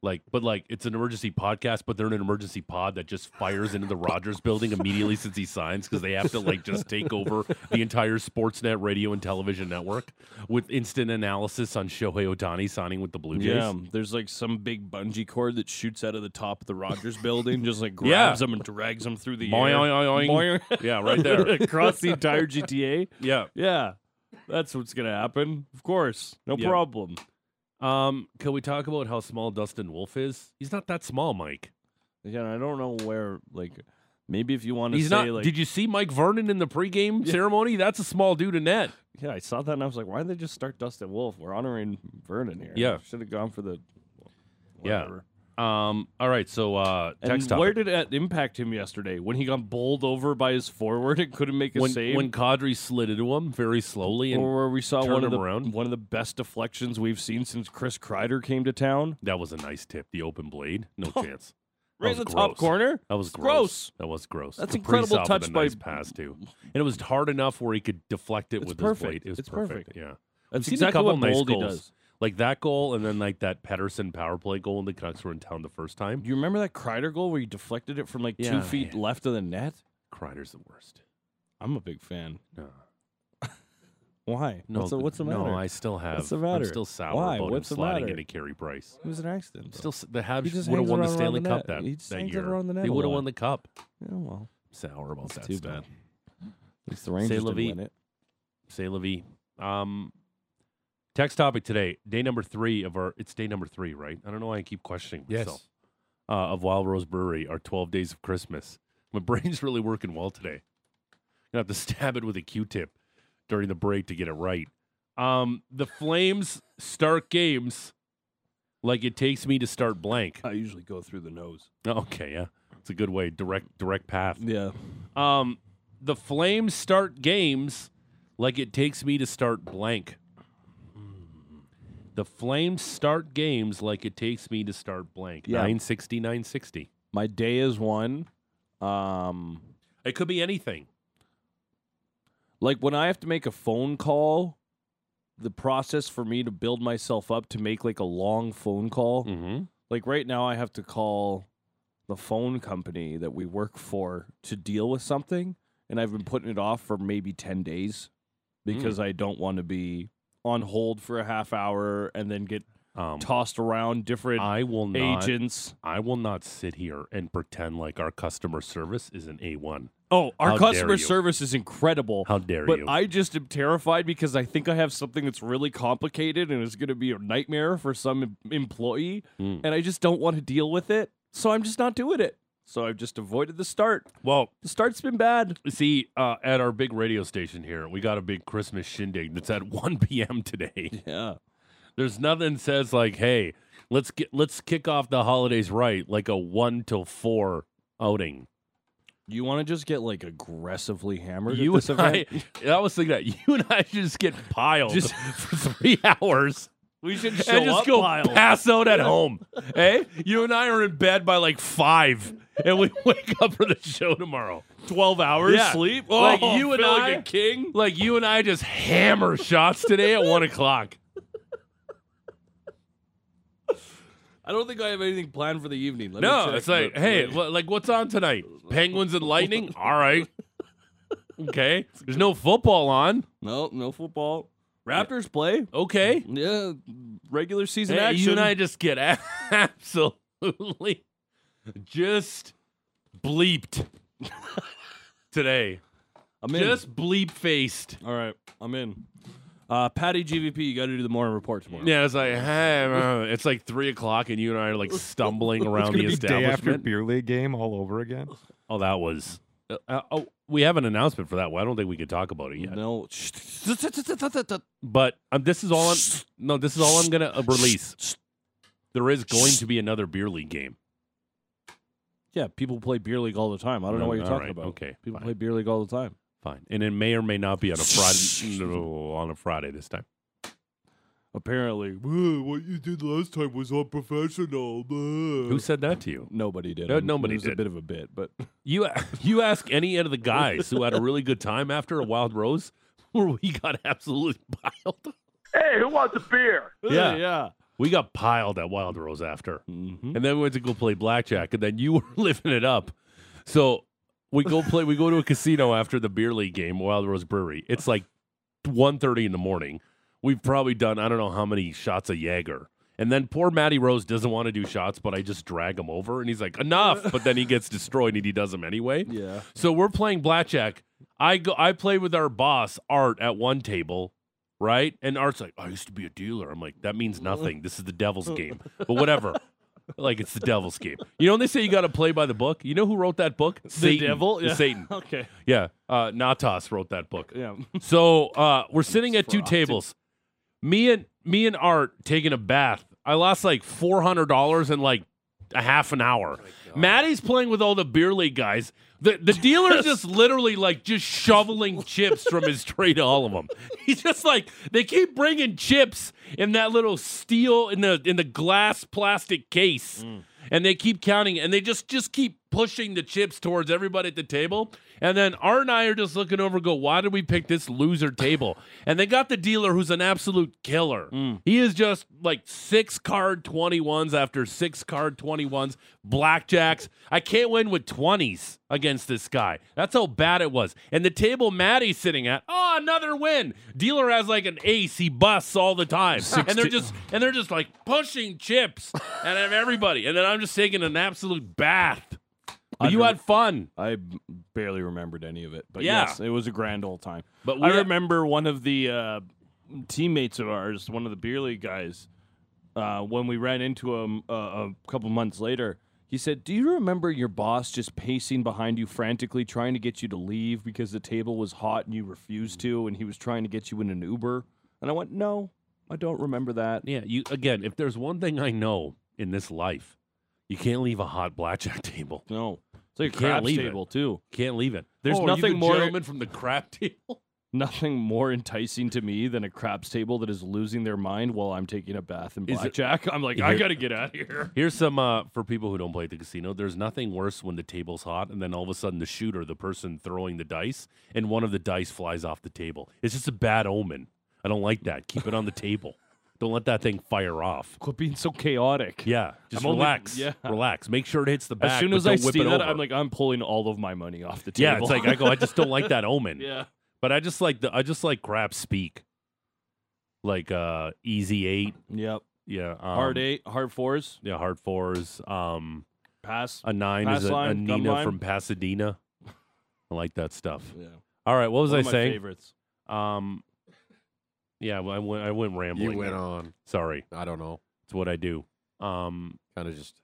[SPEAKER 3] Like, but like it's an emergency podcast, but they're in an emergency pod that just fires into the Rogers building immediately since he signs because they have to like just take over the entire Sportsnet radio and television network with instant analysis on Shohei Otani signing with the Blue Jays.
[SPEAKER 4] Yeah, um, there's like some big bungee cord that shoots out of the top of the Rogers building, just like
[SPEAKER 3] Yeah.
[SPEAKER 4] grabs them and drags them through the
[SPEAKER 3] Boing,
[SPEAKER 4] air
[SPEAKER 3] oing, oing. Yeah, right there.
[SPEAKER 4] across the entire GTA.
[SPEAKER 3] Yeah.
[SPEAKER 4] Yeah, that's what's gonna happen. Of course, no
[SPEAKER 3] Yeah.
[SPEAKER 4] problem.
[SPEAKER 3] Um, can we talk about how small Dustin Wolf is? He's not that small, Mike.
[SPEAKER 4] Again, I don't know where. Like, maybe if you want to
[SPEAKER 3] He's
[SPEAKER 4] say,
[SPEAKER 3] not.
[SPEAKER 4] like,
[SPEAKER 3] did you see Mike Vernon in the pregame ceremony? That's a small dude in net.
[SPEAKER 4] yeah, I saw that and I was like, why did they just start Dustin Wolf? We're honoring Vernon here.
[SPEAKER 3] Yeah.
[SPEAKER 4] should have gone for the.
[SPEAKER 3] Yeah.
[SPEAKER 4] whatever.
[SPEAKER 3] Um. All right. So uh,
[SPEAKER 4] And
[SPEAKER 3] text
[SPEAKER 4] where
[SPEAKER 3] topic.
[SPEAKER 4] did it impact him yesterday when he got bowled over by his forward and couldn't make a
[SPEAKER 3] when
[SPEAKER 4] save?
[SPEAKER 3] when Kadri slid into him very slowly, and
[SPEAKER 4] or where we saw
[SPEAKER 3] turned
[SPEAKER 4] one of
[SPEAKER 3] him
[SPEAKER 4] the
[SPEAKER 3] around?
[SPEAKER 4] one of the best deflections we've seen since Chris Kreider came to town,
[SPEAKER 3] that was a nice tip. The open blade, no chance. That
[SPEAKER 4] right
[SPEAKER 3] was
[SPEAKER 4] in the top
[SPEAKER 3] gross.
[SPEAKER 4] corner.
[SPEAKER 3] That was
[SPEAKER 4] It's
[SPEAKER 3] gross.
[SPEAKER 4] gross.
[SPEAKER 3] That was gross.
[SPEAKER 4] That's
[SPEAKER 3] Kaprizov
[SPEAKER 4] incredible
[SPEAKER 3] with
[SPEAKER 4] touch
[SPEAKER 3] a
[SPEAKER 4] by-
[SPEAKER 3] nice pass too, and it was hard enough where he could deflect it
[SPEAKER 4] It's
[SPEAKER 3] with
[SPEAKER 4] perfect.
[SPEAKER 3] his blade. It was
[SPEAKER 4] It's perfect.
[SPEAKER 3] Yeah.
[SPEAKER 4] That's
[SPEAKER 3] seen a
[SPEAKER 4] exactly
[SPEAKER 3] couple
[SPEAKER 4] what
[SPEAKER 3] nice
[SPEAKER 4] Boldy
[SPEAKER 3] goals.
[SPEAKER 4] does.
[SPEAKER 3] Like that goal, and then like that Pedersen power play goal when the Canucks were in town the first time.
[SPEAKER 4] Do you remember that Kreider goal where he deflected it from like
[SPEAKER 3] Yeah.
[SPEAKER 4] two feet left of the net?
[SPEAKER 3] Kreider's the worst.
[SPEAKER 4] I'm a big fan.
[SPEAKER 3] No,
[SPEAKER 4] Why?
[SPEAKER 3] no,
[SPEAKER 4] what's the,
[SPEAKER 3] th-
[SPEAKER 4] what's the matter?
[SPEAKER 3] No, I still have.
[SPEAKER 4] the matter?
[SPEAKER 3] I'm still sour
[SPEAKER 4] Why?
[SPEAKER 3] about
[SPEAKER 4] What's the
[SPEAKER 3] him sliding
[SPEAKER 4] matter?
[SPEAKER 3] into Carey Price.
[SPEAKER 4] it was an accident.
[SPEAKER 3] Still,
[SPEAKER 4] Still,
[SPEAKER 3] s- the
[SPEAKER 4] He
[SPEAKER 3] Habs
[SPEAKER 4] just
[SPEAKER 3] would have
[SPEAKER 4] hangs
[SPEAKER 3] won the
[SPEAKER 4] around- around
[SPEAKER 3] Stanley
[SPEAKER 4] the
[SPEAKER 3] Cup
[SPEAKER 4] net.
[SPEAKER 3] that,
[SPEAKER 4] He just
[SPEAKER 3] that
[SPEAKER 4] hangs
[SPEAKER 3] year.
[SPEAKER 4] around the net
[SPEAKER 3] they
[SPEAKER 4] a
[SPEAKER 3] would have
[SPEAKER 4] lot.
[SPEAKER 3] won the cup.
[SPEAKER 4] yeah, well,
[SPEAKER 3] Sour about that.
[SPEAKER 4] too
[SPEAKER 3] stuff.
[SPEAKER 4] bad. at least the Rangers
[SPEAKER 3] la
[SPEAKER 4] didn't
[SPEAKER 3] vie.
[SPEAKER 4] win it.
[SPEAKER 3] Say Levy. Um, text topic today, day number three of our. It's day number three, right? I don't know why I keep questioning
[SPEAKER 5] Yes.
[SPEAKER 3] myself. Uh, of Wild Rose Brewery, our twelve days of Christmas. My brain's really working well today. Gonna have to stab it with a Q-tip during the break to get it right. Um, the Flames start games like it takes me to start blank.
[SPEAKER 4] I usually go through the nose.
[SPEAKER 3] Okay, yeah, it's a good way. Direct, direct path.
[SPEAKER 4] Yeah,
[SPEAKER 3] Um, the Flames start games like it takes me to start blank. The Flames start games like it takes me to start blank.
[SPEAKER 4] Yeah.
[SPEAKER 3] 960, 960.
[SPEAKER 4] my day is one. Um,
[SPEAKER 3] It could be anything.
[SPEAKER 4] like when I have to make a phone call, the process for me to build myself up to make like a long phone call.
[SPEAKER 3] Mm-hmm.
[SPEAKER 4] Like right now, I have to call the phone company that we work for to deal with something, and I've been putting it off for maybe ten days because
[SPEAKER 3] Mm.
[SPEAKER 4] I don't want to be on hold for a half hour and then get
[SPEAKER 3] Um,
[SPEAKER 4] tossed around different
[SPEAKER 3] I will not.
[SPEAKER 4] agents.
[SPEAKER 3] I will not sit here and pretend like our customer service is an A one.
[SPEAKER 4] Oh, our
[SPEAKER 3] How dare
[SPEAKER 4] customer
[SPEAKER 3] you.
[SPEAKER 4] service is incredible.
[SPEAKER 3] How dare
[SPEAKER 4] but
[SPEAKER 3] you?
[SPEAKER 4] I just am terrified because I think I have something that's really complicated and is going to be a nightmare for some em- employee,
[SPEAKER 3] Mm.
[SPEAKER 4] and I just don't want to deal with it. So I'm just not doing it. So I've just avoided the start.
[SPEAKER 3] well,
[SPEAKER 4] The start's been bad.
[SPEAKER 3] see, uh, at our big radio station here, we got a big Christmas shindig that's at one p.m. today.
[SPEAKER 4] Yeah.
[SPEAKER 3] There's nothing says like, hey, let's get let's kick off the holidays right, like a one till four outing.
[SPEAKER 4] You want to just get like aggressively hammered?
[SPEAKER 3] You
[SPEAKER 4] at this
[SPEAKER 3] and
[SPEAKER 4] event?
[SPEAKER 3] I, I was thinking that you and I should just get piled
[SPEAKER 4] Just-
[SPEAKER 3] for three hours
[SPEAKER 4] we should
[SPEAKER 3] and just go pass out at home. hey, you and I are in bed by like five, and we wake up for the show tomorrow.
[SPEAKER 4] twelve hours
[SPEAKER 3] Yeah.
[SPEAKER 4] sleep.
[SPEAKER 3] Like
[SPEAKER 4] Oh,
[SPEAKER 3] you and
[SPEAKER 4] feel
[SPEAKER 3] I-
[SPEAKER 4] like a king.
[SPEAKER 3] Like you and I just hammer shots today at one o'clock.
[SPEAKER 4] I don't think I have anything planned for the evening. Let me
[SPEAKER 3] No,
[SPEAKER 4] check,
[SPEAKER 3] it's like,
[SPEAKER 4] but-
[SPEAKER 3] hey, wha- like what's on tonight? Penguins and Lightning. All right. Okay. There's no football on.
[SPEAKER 4] no, no football. Raptors play.
[SPEAKER 3] Okay.
[SPEAKER 4] Yeah, regular season
[SPEAKER 3] Hey,
[SPEAKER 4] action.
[SPEAKER 3] you and I just get absolutely just bleeped today.
[SPEAKER 4] I'm in.
[SPEAKER 3] Just bleep faced.
[SPEAKER 4] All right, I'm in. Uh, Patty GVP, you got to do the morning report tomorrow.
[SPEAKER 3] Yeah, it's like hey, uh, it's like three o'clock, and you and I are like stumbling around the
[SPEAKER 6] It's gonna be day after
[SPEAKER 3] establishment.
[SPEAKER 6] beer league game all over again.
[SPEAKER 3] Oh, that was. Uh, uh, oh, we have an announcement for that. Well, I don't think we can talk about it yet.
[SPEAKER 4] No.
[SPEAKER 3] But um, this is all. I'm, no, this is all I'm gonna uh, release. There is going to be another beer league game.
[SPEAKER 4] Yeah, people play beer league all the time. I don't know
[SPEAKER 3] Mm,
[SPEAKER 4] what you're
[SPEAKER 3] all
[SPEAKER 4] talking
[SPEAKER 3] right,
[SPEAKER 4] about.
[SPEAKER 3] okay,
[SPEAKER 4] people
[SPEAKER 3] fine.
[SPEAKER 4] play beer league all the time.
[SPEAKER 3] Fine, and it may or may not be on a Friday. no, on a Friday this time.
[SPEAKER 4] Apparently,
[SPEAKER 3] What you did last time was unprofessional. Who said that to you?
[SPEAKER 4] nobody did.
[SPEAKER 3] No,
[SPEAKER 4] I'm-
[SPEAKER 3] nobody
[SPEAKER 4] it was
[SPEAKER 3] did.
[SPEAKER 4] A bit of a bit, but
[SPEAKER 3] You you ask any of the guys who had a really good time after a Wild Rose, where we got absolutely piled. Yeah.
[SPEAKER 4] yeah.
[SPEAKER 3] We got piled at Wild Rose after,
[SPEAKER 4] Mm-hmm.
[SPEAKER 3] and then we went to go play blackjack, and then you were living it up. So we go play. We go to a casino after the beer league game, Wild Rose Brewery. It's like 1.30 in the morning. We've probably done I don't know how many shots of Jaeger. And then poor Matty Rose doesn't want to do shots, but I just drag him over, and he's like, "Enough!" But then he gets destroyed, and he does them anyway.
[SPEAKER 4] Yeah.
[SPEAKER 3] So we're playing blackjack. I go. I play with our boss Art at one table, right? And Art's like, "I used to be a dealer." I'm like, "That means nothing. This is the devil's game." But whatever. like it's the devil's game. You know when they say you got to play by the book. You know who wrote that book? The Satan.
[SPEAKER 4] devil? Yeah.
[SPEAKER 3] Satan.
[SPEAKER 4] Okay.
[SPEAKER 3] Yeah. Uh, Natas wrote that book.
[SPEAKER 4] Yeah.
[SPEAKER 3] So uh, we're sitting at two
[SPEAKER 4] Frosty.
[SPEAKER 3] tables. Me and me and Art taking a bath. I lost like four hundred dollars in like a half an hour. Maddie's playing with all the beer league guys. The the dealer's just literally like just shoveling chips from his tray to all of them. He's just like they keep bringing chips in that little steel in the in the glass plastic case, and they keep counting and they just just keep pushing the chips towards everybody at the table. And then Art and I are just looking over, go, why did we pick this loser table? And they got the dealer who's an absolute killer. He is just like six card 21s after six card 21s, blackjacks. I can't win with 20s against this guy. That's how bad it was. And the table Maddie's sitting at, oh, another win. Dealer has like an ace. He busts all the time. And they're just and they're just like pushing chips and everybody. And then I'm just taking an absolute bath. But you
[SPEAKER 4] Under-
[SPEAKER 3] had fun.
[SPEAKER 4] I b- barely remembered any of it, but
[SPEAKER 3] Yeah.
[SPEAKER 4] yes, it was a grand old time.
[SPEAKER 3] But we
[SPEAKER 4] I remember one of the uh, teammates of ours, one of the beer league guys, uh, when we ran into him uh, a couple months later. He said, "Do you remember your boss just pacing behind you frantically, trying to get you to leave because the table was hot and you refused to, and he was trying to get you in an Uber?" And I went, "No, I don't remember that."
[SPEAKER 3] Yeah, you again, if there's one thing I know in this life, you can't leave a hot blackjack table.
[SPEAKER 4] No, it's like a
[SPEAKER 3] can't
[SPEAKER 4] craps
[SPEAKER 3] leave it.
[SPEAKER 4] table too.
[SPEAKER 3] Can't leave it. There's
[SPEAKER 4] Oh, are you
[SPEAKER 3] nothing
[SPEAKER 4] the
[SPEAKER 3] more
[SPEAKER 4] gentleman
[SPEAKER 3] from the crap table.
[SPEAKER 4] Nothing more enticing to me than a craps table that is losing their mind while I'm taking a bath in
[SPEAKER 3] Is it-
[SPEAKER 4] blackjack. I'm like, I
[SPEAKER 3] Here-
[SPEAKER 4] gotta get out of here.
[SPEAKER 3] Here's some uh, for people who don't play at the casino. There's nothing worse when the table's hot and then all of a sudden the shooter, the person throwing the dice, and one of the dice flies off the table. It's just a bad omen. I don't like that. Keep it on the table. Don't let that thing fire off.
[SPEAKER 4] Quit being so chaotic.
[SPEAKER 3] Yeah, just
[SPEAKER 4] I'm only-
[SPEAKER 3] relax.
[SPEAKER 4] yeah.
[SPEAKER 3] Relax. Make sure it hits the back.
[SPEAKER 4] As soon
[SPEAKER 3] but
[SPEAKER 4] as I
[SPEAKER 3] don't whip
[SPEAKER 4] see
[SPEAKER 3] it
[SPEAKER 4] that,
[SPEAKER 3] over.
[SPEAKER 4] I'm like, I'm pulling all of my money off the table.
[SPEAKER 3] yeah. It's like I go. I just don't like that omen.
[SPEAKER 4] yeah.
[SPEAKER 3] But I just like the I just like crap speak. Like uh easy eight.
[SPEAKER 4] Yep.
[SPEAKER 3] Yeah. Um,
[SPEAKER 4] Hard eight, hard fours,
[SPEAKER 3] Yeah, hard fours. Um
[SPEAKER 4] pass.
[SPEAKER 3] a nine
[SPEAKER 4] Pass
[SPEAKER 3] is a, a
[SPEAKER 4] line, gum
[SPEAKER 3] Nina
[SPEAKER 4] line.
[SPEAKER 3] from Pasadena. I like that stuff.
[SPEAKER 4] Yeah. What
[SPEAKER 3] All right, what was I
[SPEAKER 4] my
[SPEAKER 3] saying?
[SPEAKER 4] favorites.
[SPEAKER 3] Um Yeah, well, I went I went rambling.
[SPEAKER 5] You went
[SPEAKER 3] there.
[SPEAKER 5] on.
[SPEAKER 3] Sorry.
[SPEAKER 5] I don't know.
[SPEAKER 3] It's what I do. Um
[SPEAKER 5] Kind of just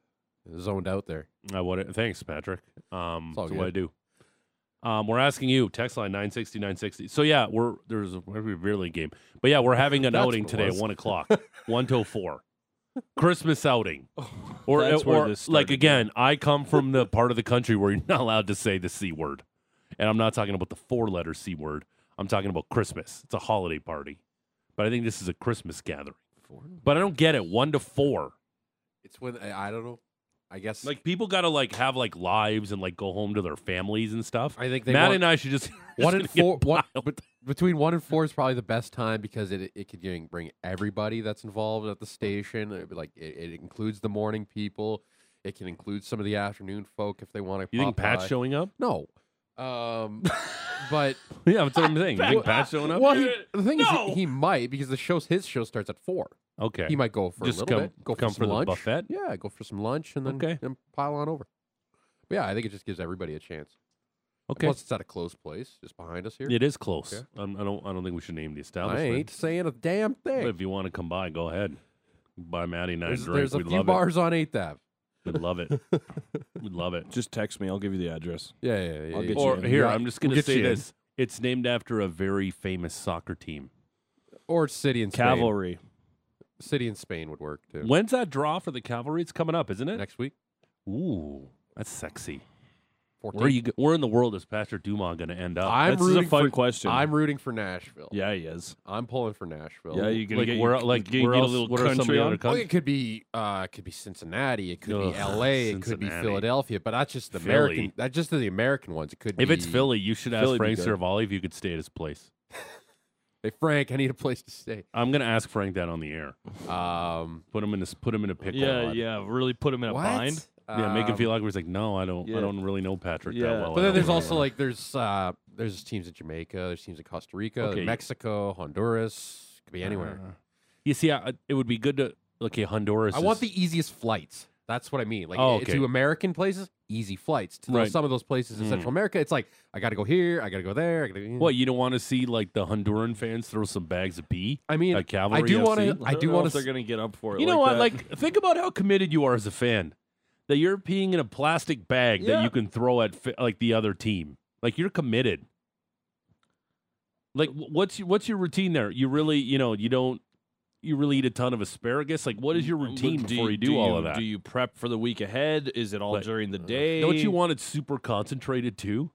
[SPEAKER 5] zoned out there.
[SPEAKER 3] I what thanks, Patrick. Um
[SPEAKER 5] It's all
[SPEAKER 3] that's what I
[SPEAKER 5] good.
[SPEAKER 3] do. Um, we're asking you text line nine sixty nine sixty. So yeah, we're there's a every really game, but yeah, we're having an
[SPEAKER 5] That's
[SPEAKER 3] outing
[SPEAKER 5] what it
[SPEAKER 3] today at
[SPEAKER 5] was.
[SPEAKER 3] one o'clock, one till four, Christmas outing, or,
[SPEAKER 4] That's where
[SPEAKER 3] or,
[SPEAKER 4] this
[SPEAKER 3] like
[SPEAKER 4] started.
[SPEAKER 3] again, I come from the part of the country where you're not allowed to say the c word, and I'm not talking about the four letter c word. I'm talking about Christmas. It's a holiday party, but I think this is a Christmas gathering. But I don't get it. One to four.
[SPEAKER 5] It's when I, I don't know. I guess
[SPEAKER 3] Like people got to like have like lives and like go home to their families and stuff.
[SPEAKER 5] I think they
[SPEAKER 3] Matt
[SPEAKER 5] want-
[SPEAKER 3] and I should just
[SPEAKER 5] one
[SPEAKER 3] just
[SPEAKER 5] and
[SPEAKER 3] get
[SPEAKER 5] four. One,
[SPEAKER 3] piled.
[SPEAKER 5] bet- between one and four is probably the best time because it it could you know, bring everybody that's involved at the station. It, like it, it includes the morning people. It can include some of the afternoon folk if they want to.
[SPEAKER 3] You think Pat's showing up?
[SPEAKER 5] No. Um, but
[SPEAKER 3] Yeah, that's what I'm saying. You think Pat's showing up?
[SPEAKER 5] well, he, the thing is,
[SPEAKER 3] No!
[SPEAKER 5] he, he might because the show's his show starts at four.
[SPEAKER 3] Okay.
[SPEAKER 5] He might go for
[SPEAKER 3] Just
[SPEAKER 5] a little
[SPEAKER 3] come-
[SPEAKER 5] bit, go
[SPEAKER 3] come
[SPEAKER 5] for,
[SPEAKER 3] for
[SPEAKER 5] some
[SPEAKER 3] the
[SPEAKER 5] lunch.
[SPEAKER 3] buffet?
[SPEAKER 5] Yeah, go for some lunch and then
[SPEAKER 3] Okay.
[SPEAKER 5] and pile on over. But yeah, I think it just gives everybody a chance. And
[SPEAKER 3] okay.
[SPEAKER 5] Plus, it's at a close place just behind us here.
[SPEAKER 3] It is close.
[SPEAKER 5] Okay.
[SPEAKER 3] I'm- I don't. I don't think we should name the
[SPEAKER 5] I
[SPEAKER 3] establishment.
[SPEAKER 5] ain't saying a damn
[SPEAKER 3] But
[SPEAKER 5] thing.
[SPEAKER 3] if you want to come by, go ahead. Buy Maddie and I a
[SPEAKER 5] There's,
[SPEAKER 3] drink.
[SPEAKER 5] there's a
[SPEAKER 3] We'd
[SPEAKER 5] few
[SPEAKER 3] love
[SPEAKER 5] bars on Eighth Ave.
[SPEAKER 3] it. We'd love it. We'd love it.
[SPEAKER 4] Just text me. I'll give you the address.
[SPEAKER 5] Yeah, yeah, yeah.
[SPEAKER 4] I'll
[SPEAKER 5] yeah,
[SPEAKER 4] get you
[SPEAKER 5] yeah.
[SPEAKER 3] Or
[SPEAKER 4] in.
[SPEAKER 3] here,
[SPEAKER 5] Yeah,
[SPEAKER 3] I'm just
[SPEAKER 5] we'll
[SPEAKER 3] gonna
[SPEAKER 5] get
[SPEAKER 3] say
[SPEAKER 5] you in.
[SPEAKER 3] this. It's named after a very famous soccer team.
[SPEAKER 5] Or City and Spain.
[SPEAKER 4] Cavalry.
[SPEAKER 5] city in Spain would work too.
[SPEAKER 3] When's that draw for the Cavalry? It's coming up, isn't it?
[SPEAKER 5] Next week,
[SPEAKER 3] Ooh, that's sexy.
[SPEAKER 5] 14th.
[SPEAKER 3] Where are you? go- Where in the world is Pastor Dumont going to end up?
[SPEAKER 5] I'm
[SPEAKER 4] this is a
[SPEAKER 5] rooting
[SPEAKER 4] fun
[SPEAKER 5] for,
[SPEAKER 4] question.
[SPEAKER 5] I'm rooting for Nashville.
[SPEAKER 4] yeah, he is.
[SPEAKER 5] I'm pulling for Nashville.
[SPEAKER 4] Yeah, you gonna
[SPEAKER 3] like
[SPEAKER 4] get
[SPEAKER 3] where?
[SPEAKER 4] your,
[SPEAKER 3] Like
[SPEAKER 4] you
[SPEAKER 3] where
[SPEAKER 4] get
[SPEAKER 3] else?
[SPEAKER 4] a little
[SPEAKER 3] what are some of
[SPEAKER 4] country
[SPEAKER 3] the
[SPEAKER 4] on?
[SPEAKER 3] other
[SPEAKER 5] Well,
[SPEAKER 3] countries?
[SPEAKER 5] it could be uh, it could be Cincinnati, it could
[SPEAKER 3] Ugh,
[SPEAKER 5] be L.A., it could be
[SPEAKER 3] Cincinnati.
[SPEAKER 5] Philadelphia, but that's just the
[SPEAKER 3] Philly.
[SPEAKER 5] American. That's just the American ones. It could
[SPEAKER 3] If
[SPEAKER 5] be,
[SPEAKER 3] it's Philly, you should ask
[SPEAKER 4] Philly'd be
[SPEAKER 3] Frank
[SPEAKER 4] good.
[SPEAKER 3] Cervalli if you could stay at his place.
[SPEAKER 5] Hey Frank, I need a place to stay.
[SPEAKER 3] I'm going to ask Frank that on the air.
[SPEAKER 5] Um,
[SPEAKER 3] Put him in this. Put him in a pickle.
[SPEAKER 4] Yeah,
[SPEAKER 3] Rod.
[SPEAKER 4] yeah. Really put him in a
[SPEAKER 5] what?
[SPEAKER 4] bind.
[SPEAKER 3] Yeah, make him
[SPEAKER 5] Um,
[SPEAKER 3] feel like he's like, no, I don't,
[SPEAKER 4] yeah.
[SPEAKER 3] I don't really know Patrick that well.
[SPEAKER 4] Yeah.
[SPEAKER 3] I
[SPEAKER 4] But
[SPEAKER 5] But then
[SPEAKER 3] don't
[SPEAKER 5] there's
[SPEAKER 3] really
[SPEAKER 5] also
[SPEAKER 3] know
[SPEAKER 5] like there's uh, there's teams in Jamaica, there's teams in Costa Rica,
[SPEAKER 4] Okay.
[SPEAKER 5] Mexico, Honduras, could be anywhere.
[SPEAKER 3] Uh, you see, I, it would be good to okay Honduras.
[SPEAKER 5] I want
[SPEAKER 3] is-
[SPEAKER 5] the easiest flights. That's what I mean. Like
[SPEAKER 3] Oh,
[SPEAKER 5] eh,
[SPEAKER 3] okay.
[SPEAKER 5] to American places, easy flights. To those-
[SPEAKER 3] Right. Hmm.
[SPEAKER 5] some of those places in Central America, it's like I got to go here, I got to go there. I gotta,
[SPEAKER 3] What you don't want to see like the Honduran fans throw some bags of pee.
[SPEAKER 5] I mean,
[SPEAKER 3] at
[SPEAKER 5] I
[SPEAKER 3] Cavalry
[SPEAKER 5] do want
[SPEAKER 3] FC?
[SPEAKER 5] to. I
[SPEAKER 4] don't
[SPEAKER 5] do
[SPEAKER 4] know
[SPEAKER 5] want
[SPEAKER 4] if
[SPEAKER 5] to.
[SPEAKER 4] They're gonna get up for it.
[SPEAKER 3] You know what?
[SPEAKER 4] that.
[SPEAKER 3] Like, think about how committed you are as a fan. That you're peeing in a plastic bag that
[SPEAKER 4] Yeah.
[SPEAKER 3] you can throw at fi- like the other team. Like you're committed. Like wh- what's your, what's your routine there? You really, you know, you don't. You really eat a ton of asparagus. Like, what is your routine before you do, all
[SPEAKER 4] you,
[SPEAKER 3] of that?
[SPEAKER 4] Mm, um, Do you prep for the week ahead? Is it all
[SPEAKER 3] Like,
[SPEAKER 4] during the day?
[SPEAKER 3] Don't you want it super concentrated too?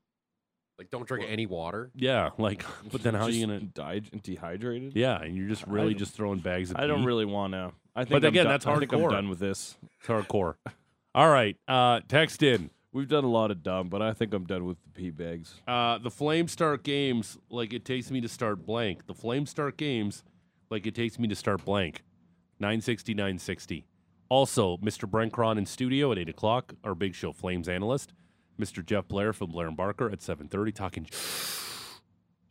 [SPEAKER 5] Like, don't drink any water.
[SPEAKER 3] Yeah, like, but then how are you gonna?
[SPEAKER 4] die dehydrated?
[SPEAKER 3] Yeah, and you're just really
[SPEAKER 4] don't-
[SPEAKER 3] just throwing bags of.
[SPEAKER 4] I don't
[SPEAKER 3] pee.
[SPEAKER 4] really want to. I think
[SPEAKER 3] But
[SPEAKER 4] I'm
[SPEAKER 3] again,
[SPEAKER 4] done-
[SPEAKER 3] that's
[SPEAKER 4] I think I'm
[SPEAKER 3] hardcore.
[SPEAKER 4] done with this.
[SPEAKER 3] It's hardcore. All right, uh, text in.
[SPEAKER 4] We've done a lot of dumb, but I think I'm done with the pee bags.
[SPEAKER 3] Uh, the Flame Start games, like it takes me to start blank. The Flame Start games, like it takes me to start blank. 960, 960. Also, Mr. Brent Cron in studio at 8 o'clock, our Big Show Flames analyst. Mr. Jeff Blair from Blair and Barker at 7.30 talking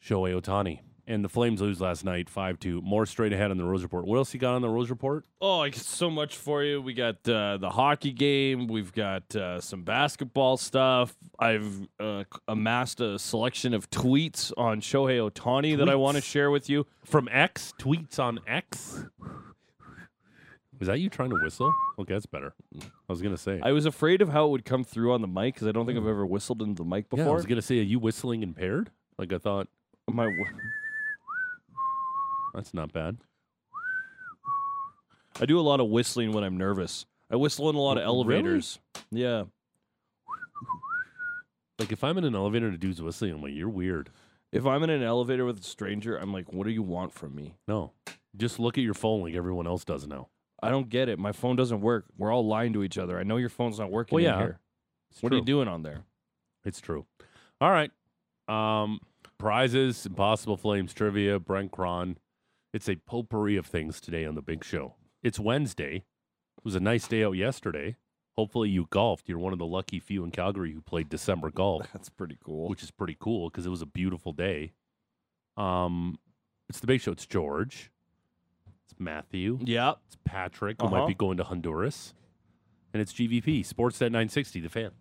[SPEAKER 3] Shohei Otani. And the Flames lose last night, 5-2. More straight ahead on the Rose Report. What else you got on the Rose Report?
[SPEAKER 4] Oh, I got so much for you. We got uh, the hockey game. We've got uh, some basketball stuff. I've uh, c- amassed a selection of tweets on Shohei Otani that I want to
[SPEAKER 3] Tweets?
[SPEAKER 4] share with you.
[SPEAKER 3] From X, tweets on X. Was that you trying to whistle? Okay, that's better. I was going to say.
[SPEAKER 4] I was afraid of how it would come through on the mic because I don't think I've ever whistled into the mic before.
[SPEAKER 3] Mm. Yeah, I was gonna say, are you whistling impaired? Like I thought,
[SPEAKER 4] My,
[SPEAKER 3] that's not bad.
[SPEAKER 4] I do a lot of whistling when I'm nervous. I whistle in a lot of
[SPEAKER 3] W- really?
[SPEAKER 4] elevators. Yeah.
[SPEAKER 3] Like if I'm in an elevator and a dude's whistling, I'm like, you're weird.
[SPEAKER 4] If I'm in an elevator with a stranger, I'm like, what do you want from me?
[SPEAKER 3] No, just look at your phone like everyone else does now.
[SPEAKER 4] I don't get it. My phone doesn't work. We're all lying to each other. I know your phone's not working
[SPEAKER 3] Well,
[SPEAKER 4] in
[SPEAKER 3] yeah.
[SPEAKER 4] here.
[SPEAKER 3] It's
[SPEAKER 4] what
[SPEAKER 3] true.
[SPEAKER 4] are you doing on there?
[SPEAKER 3] It's true. All right. Um, prizes, Impossible Flames trivia, Brent Cron. It's a potpourri of things today on the big show. It's Wednesday. It was a nice day out yesterday. Hopefully you golfed. You're one of the lucky few in Calgary who played December golf.
[SPEAKER 4] That's pretty cool.
[SPEAKER 3] which is pretty cool because it was a beautiful day. Um, it's the big show. It's George. It's Matthew.
[SPEAKER 4] Yeah.
[SPEAKER 3] It's Patrick, who might
[SPEAKER 4] Uh-huh.
[SPEAKER 3] be going to Honduras. And it's GVP, Sportsnet 960, the fan.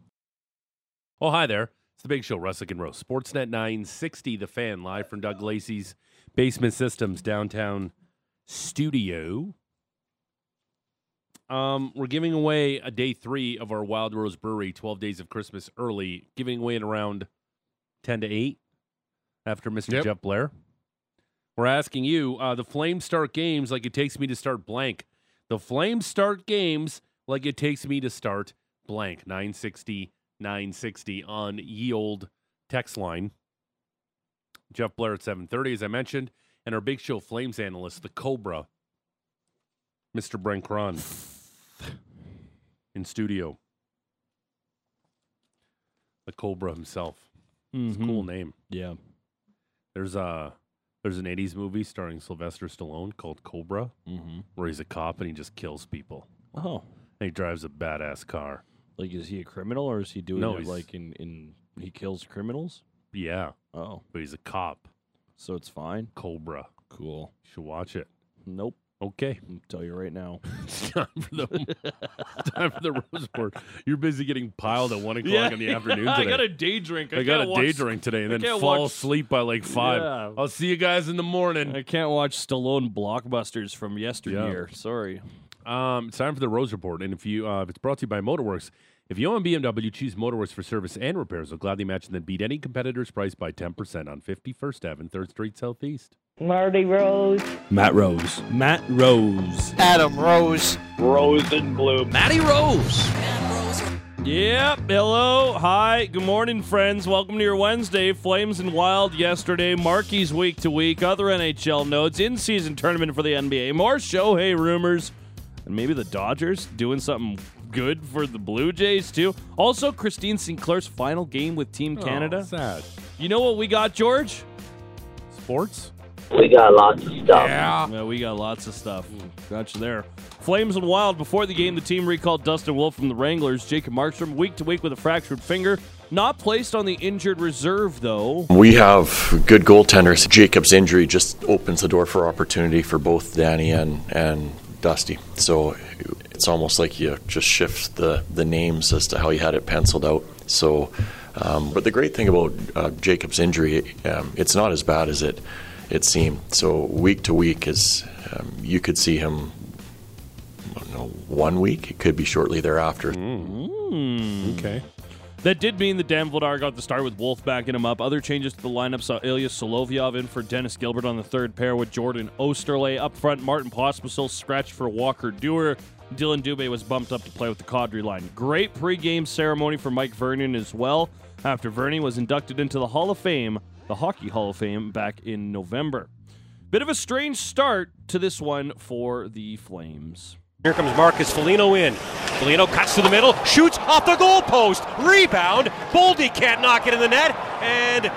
[SPEAKER 3] Oh, hi there. It's the big show, Russick and Rose. Sportsnet 960, the fan, live from Doug Lacey's Basement Systems downtown studio. Um, we're giving away a day three of our Wild Rose Brewery 12 Days of Christmas early, giving away at around 10 to 8 after Mr.
[SPEAKER 5] Yep.
[SPEAKER 3] Jeff Blair. We're asking you, uh, the Flames start games like it takes me to start blank. The Flames start games like it takes me to start blank. 960, 960 on ye old text line. Jeff Blair at 730, as I mentioned, and our big show Flames analyst, the Cobra, Mr. Brent Cron in studio. The Cobra himself. It's a cool name.
[SPEAKER 4] Mm-hmm. Yeah.
[SPEAKER 3] There's a there's an 80s movie starring Sylvester Stallone called Cobra
[SPEAKER 4] Mm-hmm.
[SPEAKER 3] where he's a cop and he just kills people.
[SPEAKER 4] Oh.
[SPEAKER 3] And he drives a badass car.
[SPEAKER 4] Like, is he a criminal or is he doing
[SPEAKER 3] No,
[SPEAKER 4] it
[SPEAKER 3] he's-
[SPEAKER 4] like in, in he kills criminals?
[SPEAKER 3] Yeah,
[SPEAKER 4] Oh.
[SPEAKER 3] but he's a cop.
[SPEAKER 4] So it's fine.
[SPEAKER 3] Cobra.
[SPEAKER 4] Cool.
[SPEAKER 3] You should watch it.
[SPEAKER 4] Nope.
[SPEAKER 3] Okay.
[SPEAKER 4] I'll tell you right now.
[SPEAKER 3] It's time for the it's time for the rose board. You're busy getting piled at one o'clock in the afternoon today.
[SPEAKER 4] I got a day drink. I,
[SPEAKER 3] I got
[SPEAKER 4] can't
[SPEAKER 3] a
[SPEAKER 4] watch,
[SPEAKER 3] day drink today and
[SPEAKER 4] I
[SPEAKER 3] then
[SPEAKER 4] can't
[SPEAKER 3] fall
[SPEAKER 4] watch-
[SPEAKER 3] asleep by like five.
[SPEAKER 4] Yeah.
[SPEAKER 3] I'll see you guys in the morning.
[SPEAKER 4] I can't watch Stallone blockbusters from yesteryear. Sorry.
[SPEAKER 3] Um, it's time for the Rose Report, and if you uh, if it's brought to you by Motorworks, if you own BMW, choose Motorworks for service and repairs. They'll gladly match and then beat any competitor's price by ten percent on Fifty First Ave and Third Street Southeast.
[SPEAKER 7] Marty Rose.
[SPEAKER 4] Matt Rose. Matt Rose.
[SPEAKER 8] Adam Rose.
[SPEAKER 4] Yep. Hello. Hi. Good morning, friends. Welcome to your Wednesday. Flames and Wild yesterday. Marquis week to week. Other NHL notes. In season tournament for the NBA. More Shohei rumors. And maybe the Dodgers doing something good for the Blue Jays, too. Also, Christine Sinclair's final game with Team Canada.
[SPEAKER 3] Sad.
[SPEAKER 4] You know what we got, George?
[SPEAKER 3] Sports?
[SPEAKER 9] We got lots of stuff.
[SPEAKER 4] Yeah, we got lots of stuff. Got you there. Flames and Wild. Before the game, the team recalled Dustin Wolf from the Wranglers. Jacob Markstrom, week to week with a fractured finger. Not placed on the injured reserve, though.
[SPEAKER 10] We have good goaltenders. Jacob's injury just opens the door for opportunity for both Danny and, and Dusty. So it's almost like you just shift the, the names as to how you had it penciled out. So, um, but the great thing about uh, Jacob's injury, um, it's not as bad as it it seemed. So week to week is um, you could see him. I don't know, one week. It could be shortly thereafter.
[SPEAKER 3] Okay.
[SPEAKER 4] That did mean the Dan Vladar got the start with Wolf backing him up. Other changes to the lineup saw Ilya Solovyov in for Dennis Gilbert on the third pair with Jordan Osterley. Up front, Martin Pospisil scratched for Walker Dewar. Dylan Dubé was bumped up to play with the Cadre line. Great pregame ceremony for Mike Vernon as well, after Vernon was inducted into the Hall of Fame, the Hockey Hall of Fame, back in November. Bit of a strange start to this one for the Flames.
[SPEAKER 2] Here comes Marcus Foligno in. Foligno cuts to the middle, shoots off the goalpost, rebound. Boldy can't knock it in the net, and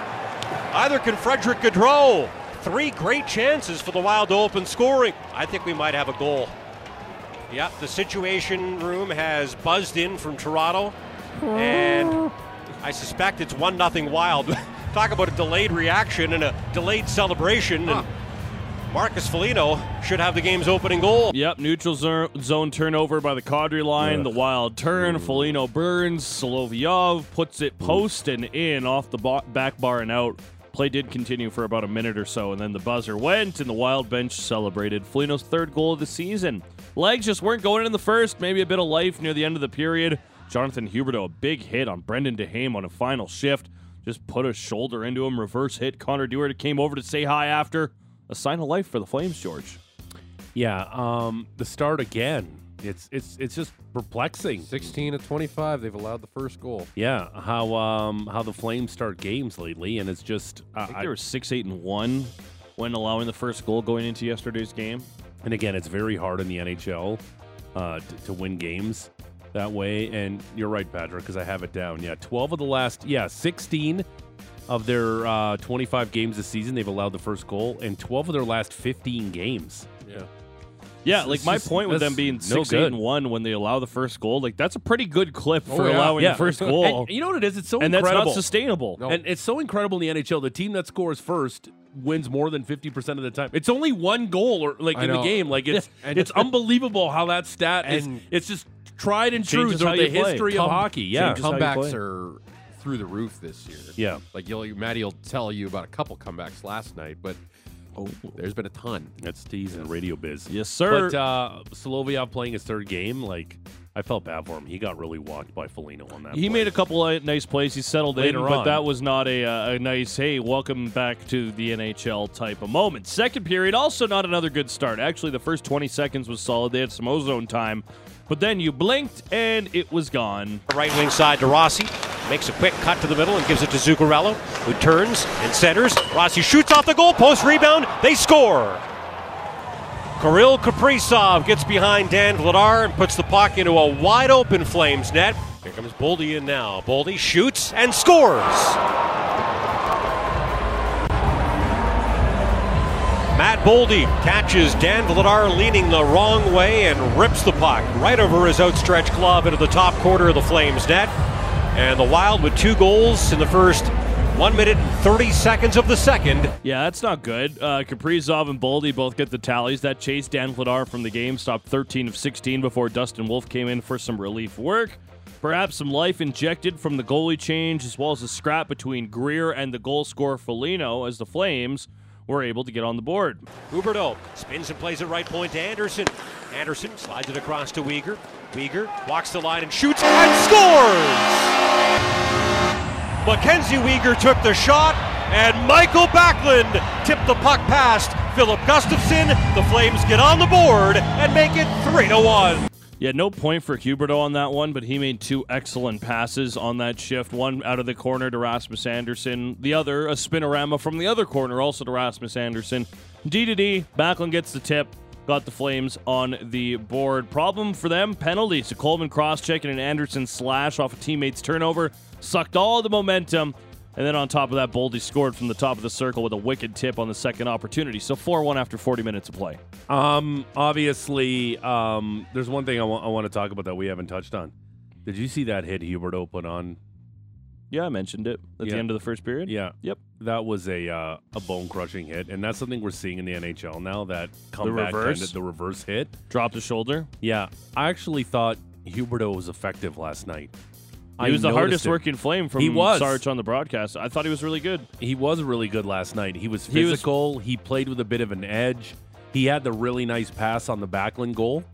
[SPEAKER 2] either can Frederick Gaudreau. Three great chances for the Wild to open scoring. I think we might have a goal. Yep, the situation room has buzzed in from Toronto, and I suspect it's one nothing Wild. Talk about a delayed reaction and a delayed celebration. And Marcus Foligno should have the game's opening goal.
[SPEAKER 4] Yep, neutral zer- zone turnover by the Cadre line. The wild turn. Felino burns. Solovyov puts it post and in off the bo- back bar and out. Play did continue for about a minute or so, and then the buzzer went, and the wild bench celebrated. Felino's third goal of the season. Legs just weren't going in the first. Maybe a bit of life near the end of the period. Jonathan Huberto, a big hit on Brendan DeHame on a final shift. Just put a shoulder into him, reverse hit. Connor Dewar came over to say hi after. A sign of life for the Flames, George.
[SPEAKER 3] Yeah, um, the start again. It's it's it's just perplexing.
[SPEAKER 5] 16 to 25, they've allowed the first goal.
[SPEAKER 3] Yeah, how um how the Flames start games lately, and it's just uh,
[SPEAKER 4] I think
[SPEAKER 3] I-
[SPEAKER 4] they were six, eight, and one when allowing the first goal going into yesterday's game.
[SPEAKER 3] and again, it's very hard in the NHL uh, t- to win games that way. And you're right, Patrick, because I have it down. Yeah, 12 of the last, yeah, 16 of their uh, 25 games this season, they've allowed the first goal, and 12 of their last 15 games.
[SPEAKER 4] Yeah,
[SPEAKER 3] It's-
[SPEAKER 4] like
[SPEAKER 3] it's
[SPEAKER 4] my
[SPEAKER 3] just-
[SPEAKER 4] point with them
[SPEAKER 3] that's
[SPEAKER 4] being
[SPEAKER 3] no
[SPEAKER 4] six, eight,
[SPEAKER 3] good.
[SPEAKER 4] and one when they allow the first goal, like that's a pretty good clip for
[SPEAKER 5] yeah.
[SPEAKER 4] allowing
[SPEAKER 3] Yeah.
[SPEAKER 4] the first goal,
[SPEAKER 3] And you know what it is? It's so
[SPEAKER 4] and that's
[SPEAKER 3] incredible.
[SPEAKER 4] not sustainable.
[SPEAKER 5] No.
[SPEAKER 3] And it's so incredible in the NHL. The team that scores first wins more than 50% of the time. It's only one goal or like
[SPEAKER 5] I
[SPEAKER 3] in
[SPEAKER 5] know.
[SPEAKER 3] the game. Like it's
[SPEAKER 5] And-
[SPEAKER 3] it's unbelievable how that stat is
[SPEAKER 5] And-
[SPEAKER 3] it's just tried and true
[SPEAKER 4] Changes how
[SPEAKER 3] through the
[SPEAKER 4] you play.
[SPEAKER 3] history
[SPEAKER 4] Come-
[SPEAKER 3] of hockey. Yeah.
[SPEAKER 4] changes how you play.
[SPEAKER 5] Comebacks are through the roof this year.
[SPEAKER 3] Yeah.
[SPEAKER 5] Like you'll, Maddie will tell you about a couple comebacks last night, but
[SPEAKER 4] Oh.
[SPEAKER 5] there's been a ton.
[SPEAKER 3] That's teasing radio biz.
[SPEAKER 4] Yes, sir.
[SPEAKER 3] But uh Solovyov playing his third game, like I felt bad for him. He got really walked by Felino on that.
[SPEAKER 4] he
[SPEAKER 3] play.
[SPEAKER 4] made a couple of nice plays. He settled
[SPEAKER 3] Later
[SPEAKER 4] in, but
[SPEAKER 3] on.
[SPEAKER 4] that was not a, uh, a nice, hey, welcome back to the NHL type of moment. Second period, also not another good start. Actually, the first 20 seconds was solid. They had some ozone time, but then you blinked and it was gone.
[SPEAKER 2] Right wing side to Rossi. Makes a quick cut to the middle and gives it to Zuccarello, who turns and centers. Rossi shoots off the goalpost, rebound, they score. Kirill Kaprizov gets behind Dan Vladar and puts the puck into a wide open Flames net. Here comes Boldy in now. Boldy shoots and scores. Matt Boldy catches Dan Vladar leaning the wrong way and rips the puck right over his outstretched glove into the top corner of the Flames net. And the Wild with two goals in the first one minute and 30 seconds of the second.
[SPEAKER 4] Yeah, that's not good. Uh, Kaprizov and Boldy both get the tallies. That chased Dan Vladar from the game, stopped 13 of 16 before Dustin Wolf came in for some relief work. Perhaps some life injected from the goalie change, as well as a scrap between Greer and the goal scorer Felino, as the Flames were able to get on the board.
[SPEAKER 2] Huberto spins and plays it right point to Anderson. Anderson slides it across to Uyghur. Uyghur walks the line and shoots and scores! Mackenzie Uyghur took the shot, and Michael Backlund tipped the puck past Philip Gustafson. The Flames get on the board and make it 3 to 1.
[SPEAKER 4] Yeah, no point for Huberto on that one, but he made two excellent passes on that shift. One out of the corner to Rasmus Anderson, the other a spinorama from the other corner, also to Rasmus Anderson. D to D, Backlund gets the tip, got the Flames on the board. Problem for them: penalties. A Coleman cross check and an Anderson slash off a teammate's turnover sucked all the momentum. And then on top of that, Boldy scored from the top of the circle with a wicked tip on the second opportunity. So 4 1 after 40 minutes of play.
[SPEAKER 3] Um, obviously, um, there's one thing I want to talk about that we haven't touched on. Did you see that hit Huberto put on?
[SPEAKER 4] Yeah, I mentioned it at
[SPEAKER 3] Yeah.
[SPEAKER 4] the end of the first period.
[SPEAKER 3] Yeah.
[SPEAKER 4] Yep.
[SPEAKER 3] That was a uh, a bone crushing hit, and that's something we're seeing in the NHL now. That comeback, kind
[SPEAKER 4] reverse?
[SPEAKER 3] of- the reverse hit.
[SPEAKER 4] Dropped his shoulder.
[SPEAKER 3] Yeah, I actually thought Huberto was effective last night.
[SPEAKER 4] He was the
[SPEAKER 3] noticed
[SPEAKER 4] hardest
[SPEAKER 3] it.
[SPEAKER 4] working flame from
[SPEAKER 3] He was.
[SPEAKER 4] Sarge on the broadcast. I thought he was really good.
[SPEAKER 3] He was really good last night. He was
[SPEAKER 4] He was-
[SPEAKER 3] physical. He, played with a bit of an edge. He had the really nice pass on the Backlund goal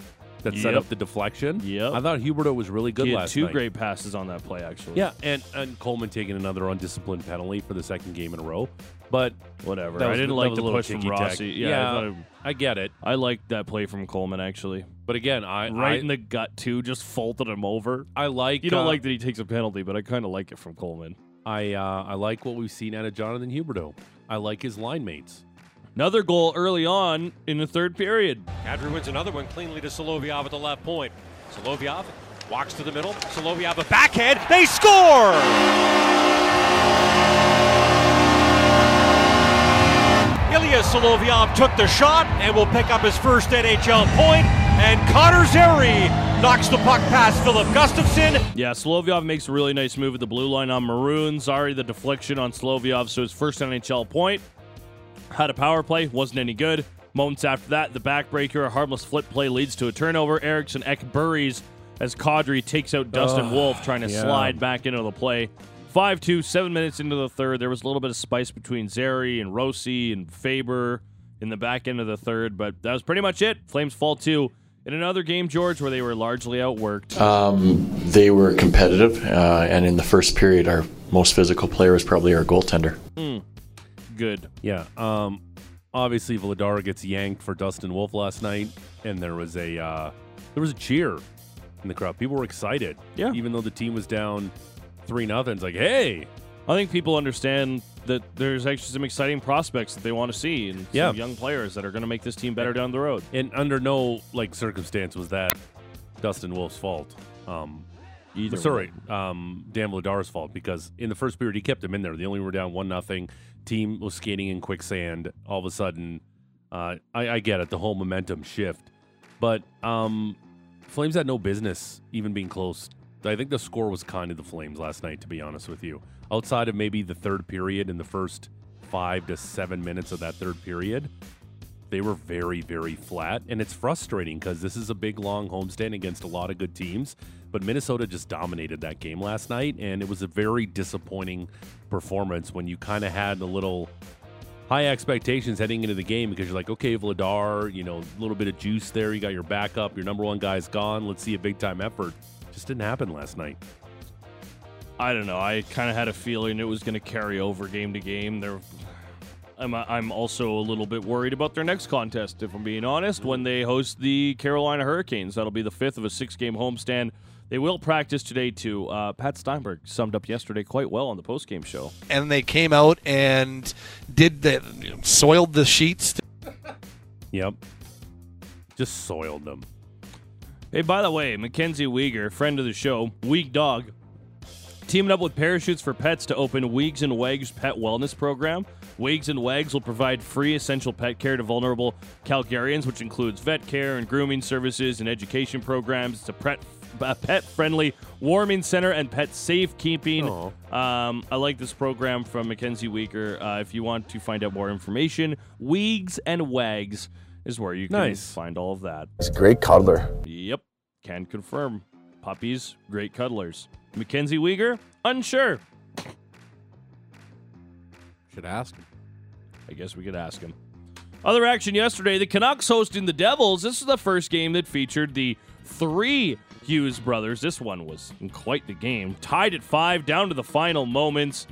[SPEAKER 3] that set
[SPEAKER 4] Yep.
[SPEAKER 3] up the deflection.
[SPEAKER 4] Yep.
[SPEAKER 3] I thought Huberto was really good
[SPEAKER 4] he had
[SPEAKER 3] last
[SPEAKER 4] two
[SPEAKER 3] night.
[SPEAKER 4] great passes on that play, actually.
[SPEAKER 3] Yeah, and, and Coleman taking another undisciplined penalty for the second game in a row. But
[SPEAKER 4] whatever.
[SPEAKER 3] that
[SPEAKER 4] I
[SPEAKER 3] was-
[SPEAKER 4] didn't
[SPEAKER 3] that
[SPEAKER 4] like
[SPEAKER 3] was a
[SPEAKER 4] the
[SPEAKER 3] little
[SPEAKER 4] push from
[SPEAKER 3] ticky-tack.
[SPEAKER 4] Rossi. Yeah, I, thought it-
[SPEAKER 3] I get it.
[SPEAKER 4] I liked that play from Coleman actually.
[SPEAKER 3] But again, I
[SPEAKER 4] Right
[SPEAKER 3] I,
[SPEAKER 4] in the gut too, just faulted him over.
[SPEAKER 3] I like
[SPEAKER 4] You don't
[SPEAKER 3] uh,
[SPEAKER 4] like that he takes a penalty, but I kind of like it from Coleman.
[SPEAKER 3] I uh, I like what we've seen out of Jonathan Huberto. I like his line mates.
[SPEAKER 4] Another goal early on in the third period.
[SPEAKER 2] Kadri wins another one cleanly to Solovyov at the left point. Solovyov walks to the middle. Solovyov a backhand. They score! Ilya Solovyov took the shot and will pick up his first NHL point. And Connor Zeri knocks the puck past Philip Gustafson.
[SPEAKER 4] Yeah, Slovyov makes a really nice move at the blue line on Maroon. Zari the deflection on Slovyov, so his first NHL point. Had a power play, wasn't any good. Moments after that, the backbreaker, a harmless flip play leads to a turnover. Erickson Ek buries as Kadri takes out Dustin Wolf, trying to slide back into the play. 5 2, seven minutes into the third. There was a little bit of spice between Zeri and Rossi and Faber in the back end of the third, but that was pretty much it. Flames fall two in another game, George, where they were largely outworked.
[SPEAKER 10] They were competitive, uh, and in the first period, our most physical player was probably our goaltender.
[SPEAKER 4] good.
[SPEAKER 3] Yeah. Um. Obviously, Vladar gets yanked for Dustin Wolf last night, and there was a uh, there was a cheer in the crowd. People were excited.
[SPEAKER 4] Yeah.
[SPEAKER 3] Even though the team was down three nothing, it's like, hey,
[SPEAKER 4] I think people understand that there's actually some exciting prospects that they want to see and
[SPEAKER 3] Yeah.
[SPEAKER 4] some young players that are going to make this team better down the road.
[SPEAKER 3] and under no like circumstance was that Dustin Wolf's fault. Um,
[SPEAKER 4] Either
[SPEAKER 3] sorry, um, Dan Vladar's fault because in the first period he kept him in there. They only were down one nothing. Team was skating in quicksand. All of a sudden, uh, I, I get it. The whole momentum shift, but um, Flames had no business even being close. I think the score was kind of the Flames last night, to be honest with you. Outside of maybe the third period and the first five to seven minutes of that third period, they were very, very flat. And it's frustrating because this is a big, long homestand against a lot of good teams. But Minnesota just dominated that game last night. And it was a very disappointing performance when you kind of had a little high expectations heading into the game because you're like, okay, Vladar, you know, a little bit of juice there. You got your backup. Your number one guy's gone. Let's see a big time effort. Just didn't happen last night.
[SPEAKER 4] I don't know. I kind of had a feeling it was going to carry over game to game. There, I'm I'm also a little bit worried about their next contest. If I'm being honest, when they host the Carolina Hurricanes, that'll be the fifth of a six-game homestand. They will practice today too. Uh, Pat Steinberg summed up yesterday quite well on the post-game show.
[SPEAKER 7] and they came out and did the soiled the sheets.
[SPEAKER 3] Yep. Just soiled them.
[SPEAKER 4] Hey, by the way, Mackenzie Weegar, friend of the show, Weeg Dog, teaming up with Parachutes for Pets to open Weegs and Wags Pet Wellness Program. Weegs and Wags will provide free essential pet care to vulnerable Calgarians, which includes vet care and grooming services and education programs. It's a pet a pet-friendly warming center and pet safekeeping. Um, I like this program from Mackenzie Weegar. Uh, if you want to find out more information, Weegs and Wags is where you can
[SPEAKER 3] Nice.
[SPEAKER 4] find all of that.
[SPEAKER 9] He's a great cuddler.
[SPEAKER 4] Yep, can confirm. Puppies, great cuddlers. Mackenzie Weegar, unsure.
[SPEAKER 5] Should ask him.
[SPEAKER 4] I guess we could ask him. Other action yesterday, the Canucks hosting the Devils. This is the first game that featured the three Hughes brothers. This one was quite the game. Tied at five, down to the final moments.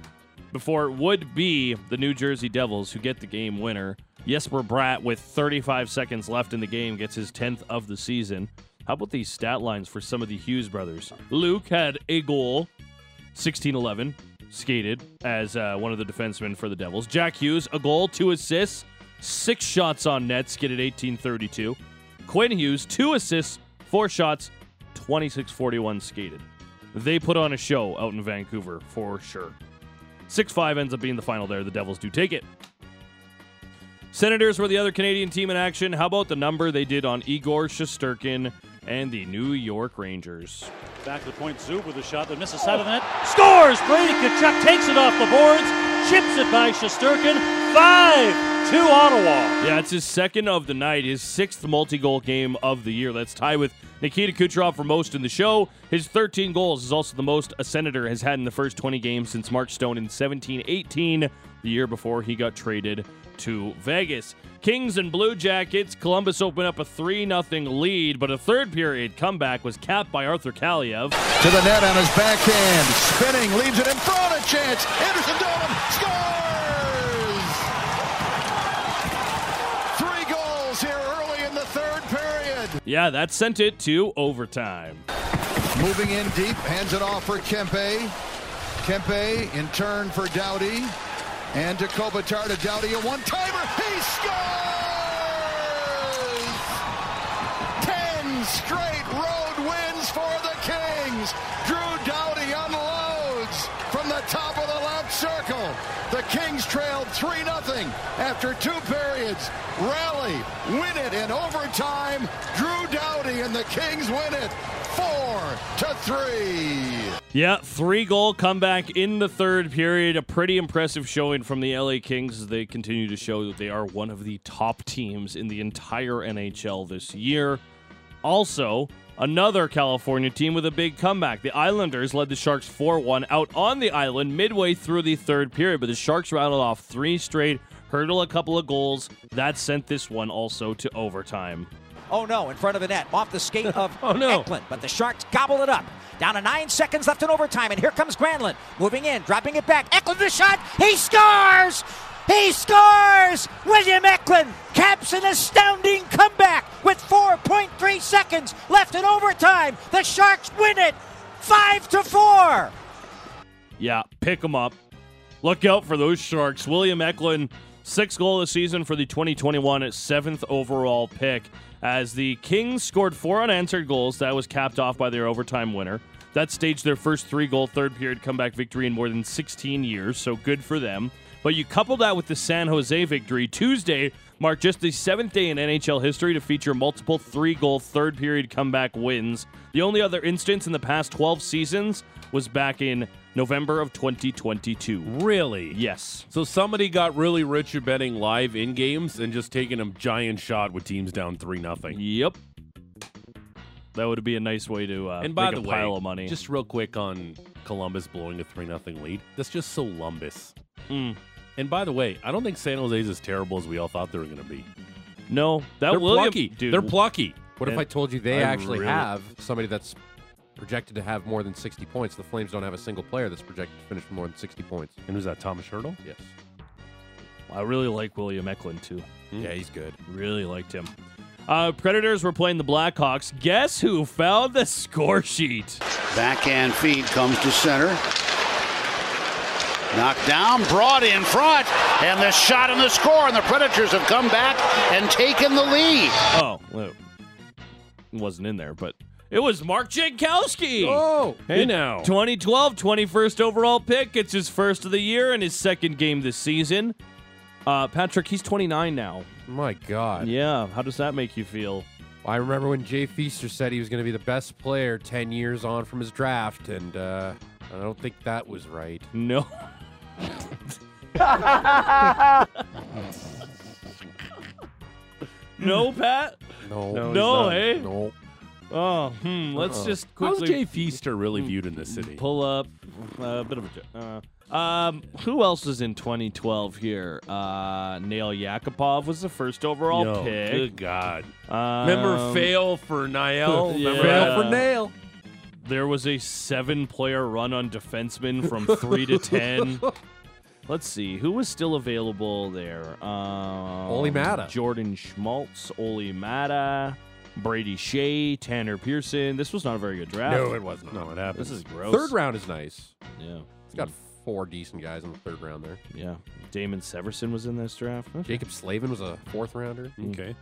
[SPEAKER 4] before it would be the New Jersey Devils who get the game winner. Jesper Bratt, with 35 seconds left in the game, gets his 10th of the season. How about these stat lines for some of the Hughes brothers? Luke had a goal, 16 11, skated as uh, one of the defensemen for the Devils. Jack Hughes, a goal, two assists, six shots on net, skated 18 32. Quinn Hughes, two assists, four shots, 26 41 skated. They put on a show out in Vancouver for sure. 6 5 ends up being the final there. The Devils do take it. Senators were the other Canadian team in action. How about the number they did on Igor Shesterkin and the New York Rangers?
[SPEAKER 8] Back to the point, Zub with a shot that misses side of the net. Scores! Brady Kachuk takes it off the boards, chips it by Shusterkin. 5 to Ottawa.
[SPEAKER 4] Yeah, it's his second of the night, his sixth multi goal game of the year. That's tied with Nikita Kucherov for most in the show. His 13 goals is also the most a Senator has had in the first 20 games since Mark Stone in 17 18, the year before he got traded to Vegas. Kings and Blue Jackets, Columbus opened up a 3 0 lead, but a third period comeback was capped by Arthur Kaliev.
[SPEAKER 11] To the net on his backhand. Spinning, leaves it in front. A chance. Anderson Dolan scores! Three goals here early in the third period.
[SPEAKER 4] Yeah, that sent it to overtime.
[SPEAKER 11] Moving in deep, hands it off for Kempe. Kempe in turn for Dowdy. And to Kopitar to Dowdy, a one timer. He scores! Ten straight road wins for the Kings. Drew Dowdy unloads from the top of the left circle. The Kings trailed 3 0 after two periods. Rally, win it in overtime. Drew Dowdy and the Kings win it 4 to 3.
[SPEAKER 4] Yeah, three goal comeback in the third period. A pretty impressive showing from the LA Kings as they continue to show that they are one of the top teams in the entire NHL this year. Also, another California team with a big comeback. The Islanders led the Sharks 4 1 out on the island midway through the third period, but the Sharks rattled off three straight, hurdle a couple of goals. That sent this one also to overtime.
[SPEAKER 12] Oh no, in front of the net, off the skate of
[SPEAKER 4] Oh, no.
[SPEAKER 12] Eklund, but the Sharks gobbled it up. Down to nine seconds left in overtime, and here comes Granlund, moving in, dropping it back. Eklund the shot, he scores! He scores! William Eklund caps an astounding comeback with 4.3 seconds left in overtime. The Sharks win it, five to four.
[SPEAKER 4] Yeah, pick them up. Look out for those Sharks. William Eklund, sixth goal of the season for the 2021 seventh overall pick. As the Kings scored four unanswered goals, that was capped off by their overtime winner. That staged their first three goal third period comeback victory in more than 16 years, so good for them. But you couple that with the San Jose victory Tuesday, marked just the seventh day in NHL history to feature multiple three goal third period comeback wins. The only other instance in the past 12 seasons was back in November of 2022.
[SPEAKER 3] Really?
[SPEAKER 4] Yes.
[SPEAKER 3] So somebody got really rich at betting live in games and just taking a giant shot with teams down three nothing.
[SPEAKER 4] Yep. That would be a nice way to uh,
[SPEAKER 3] And by
[SPEAKER 4] make
[SPEAKER 3] the
[SPEAKER 4] a
[SPEAKER 3] way,
[SPEAKER 4] pile of money.
[SPEAKER 3] just real quick on Columbus blowing a three nothing lead. That's just so lumbus.
[SPEAKER 4] Mm.
[SPEAKER 3] And by the way, I don't think San Jose's as terrible as we all thought they were going to be.
[SPEAKER 4] no, that
[SPEAKER 3] They're
[SPEAKER 4] William,
[SPEAKER 3] plucky.
[SPEAKER 4] dude.
[SPEAKER 3] They're plucky.
[SPEAKER 5] What if
[SPEAKER 4] And
[SPEAKER 5] I told you they
[SPEAKER 3] I
[SPEAKER 5] actually
[SPEAKER 3] really-
[SPEAKER 5] have somebody that's projected to have more than 60 points? The Flames don't have a single player that's projected to finish with more than 60 points.
[SPEAKER 3] And who's that? Thomas Hurdle?
[SPEAKER 5] Yes.
[SPEAKER 4] I really like William Eklund too.
[SPEAKER 5] Yeah, he's good.
[SPEAKER 4] Really liked him. Uh, Predators were playing the Blackhawks. Guess who found the score sheet?
[SPEAKER 13] Backhand feed comes to center. Knocked down, brought in front, and the shot and the score, and the Predators have come back and taken the lead.
[SPEAKER 4] Oh, well, it wasn't in there, but it was Mark Jankowski.
[SPEAKER 5] Oh!
[SPEAKER 4] Hey
[SPEAKER 3] now.
[SPEAKER 4] 2012, 21st overall pick. It's his first of the year and his second game this season. Uh, Patrick, he's 29 now.
[SPEAKER 5] My God.
[SPEAKER 4] Yeah, how does that make you feel?
[SPEAKER 5] I remember when Jay Feaster said he was going to be the best player 10 years on from his draft, and uh, I don't think that was right.
[SPEAKER 4] No. no, Pat?
[SPEAKER 5] No.
[SPEAKER 4] No, No, he's not. eh?
[SPEAKER 5] No.
[SPEAKER 4] Oh, hmm. Let's just
[SPEAKER 3] How's
[SPEAKER 4] quickly
[SPEAKER 3] Jay Feaster really viewed in this city?
[SPEAKER 4] pull up uh, a bit of a joke. Uh, um, who else was in 2012 here? Uh, Nail Yakupov was the first overall
[SPEAKER 3] Yo,
[SPEAKER 4] pick.
[SPEAKER 3] Good God.
[SPEAKER 4] Um,
[SPEAKER 3] Remember fail for Niall? Remember
[SPEAKER 4] yeah.
[SPEAKER 3] that?
[SPEAKER 4] Fail for Nail. There was a seven-player run on defensemen from three to ten. Let's see who was still available there. Um,
[SPEAKER 5] Ole Matta.
[SPEAKER 4] Jordan Schmaltz, Ole Matta, Brady Shea, Tanner Pearson. This was not a very good draft.
[SPEAKER 5] No, it was not.
[SPEAKER 4] No, it happens. This is gross.
[SPEAKER 5] Third round is nice.
[SPEAKER 4] Yeah,
[SPEAKER 5] It's got
[SPEAKER 3] Mm.
[SPEAKER 5] four decent guys in the third round there.
[SPEAKER 4] yeah. Damon Severson was in this draft. Okay.
[SPEAKER 5] Jacob Slavin was a fourth rounder.
[SPEAKER 3] Mm.
[SPEAKER 4] Okay.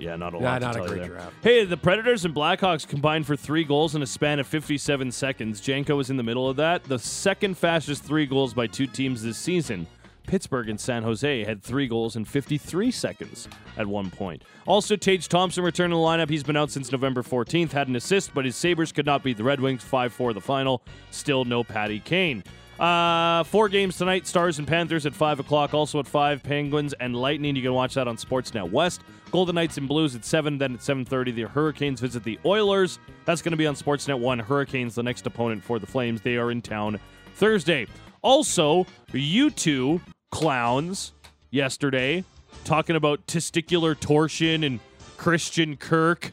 [SPEAKER 4] Yeah, not a
[SPEAKER 5] Nah,
[SPEAKER 4] lot. to
[SPEAKER 5] not a
[SPEAKER 4] tell you
[SPEAKER 5] great
[SPEAKER 4] there.
[SPEAKER 5] draft.
[SPEAKER 4] Hey, the Predators and Blackhawks combined for three goals in a span of 57 seconds. Janko was in the middle of that. The second fastest three goals by two teams this season. Pittsburgh and San Jose had three goals in 53 seconds at one point. Also, Tage Thompson returned to the lineup. He's been out since November 14th, had an assist, but his Sabres could not beat the Red Wings 5 4 the final. Still no Patty Kane. Uh, four games tonight: Stars and Panthers at five o'clock. Also at five, Penguins and Lightning. You can watch that on Sportsnet West. Golden Knights and Blues at seven. Then at seven thirty, the Hurricanes visit the Oilers. That's going to be on Sportsnet One. Hurricanes, the next opponent for the Flames. They are in town Thursday. Also, you two clowns yesterday talking about testicular torsion and Christian Kirk.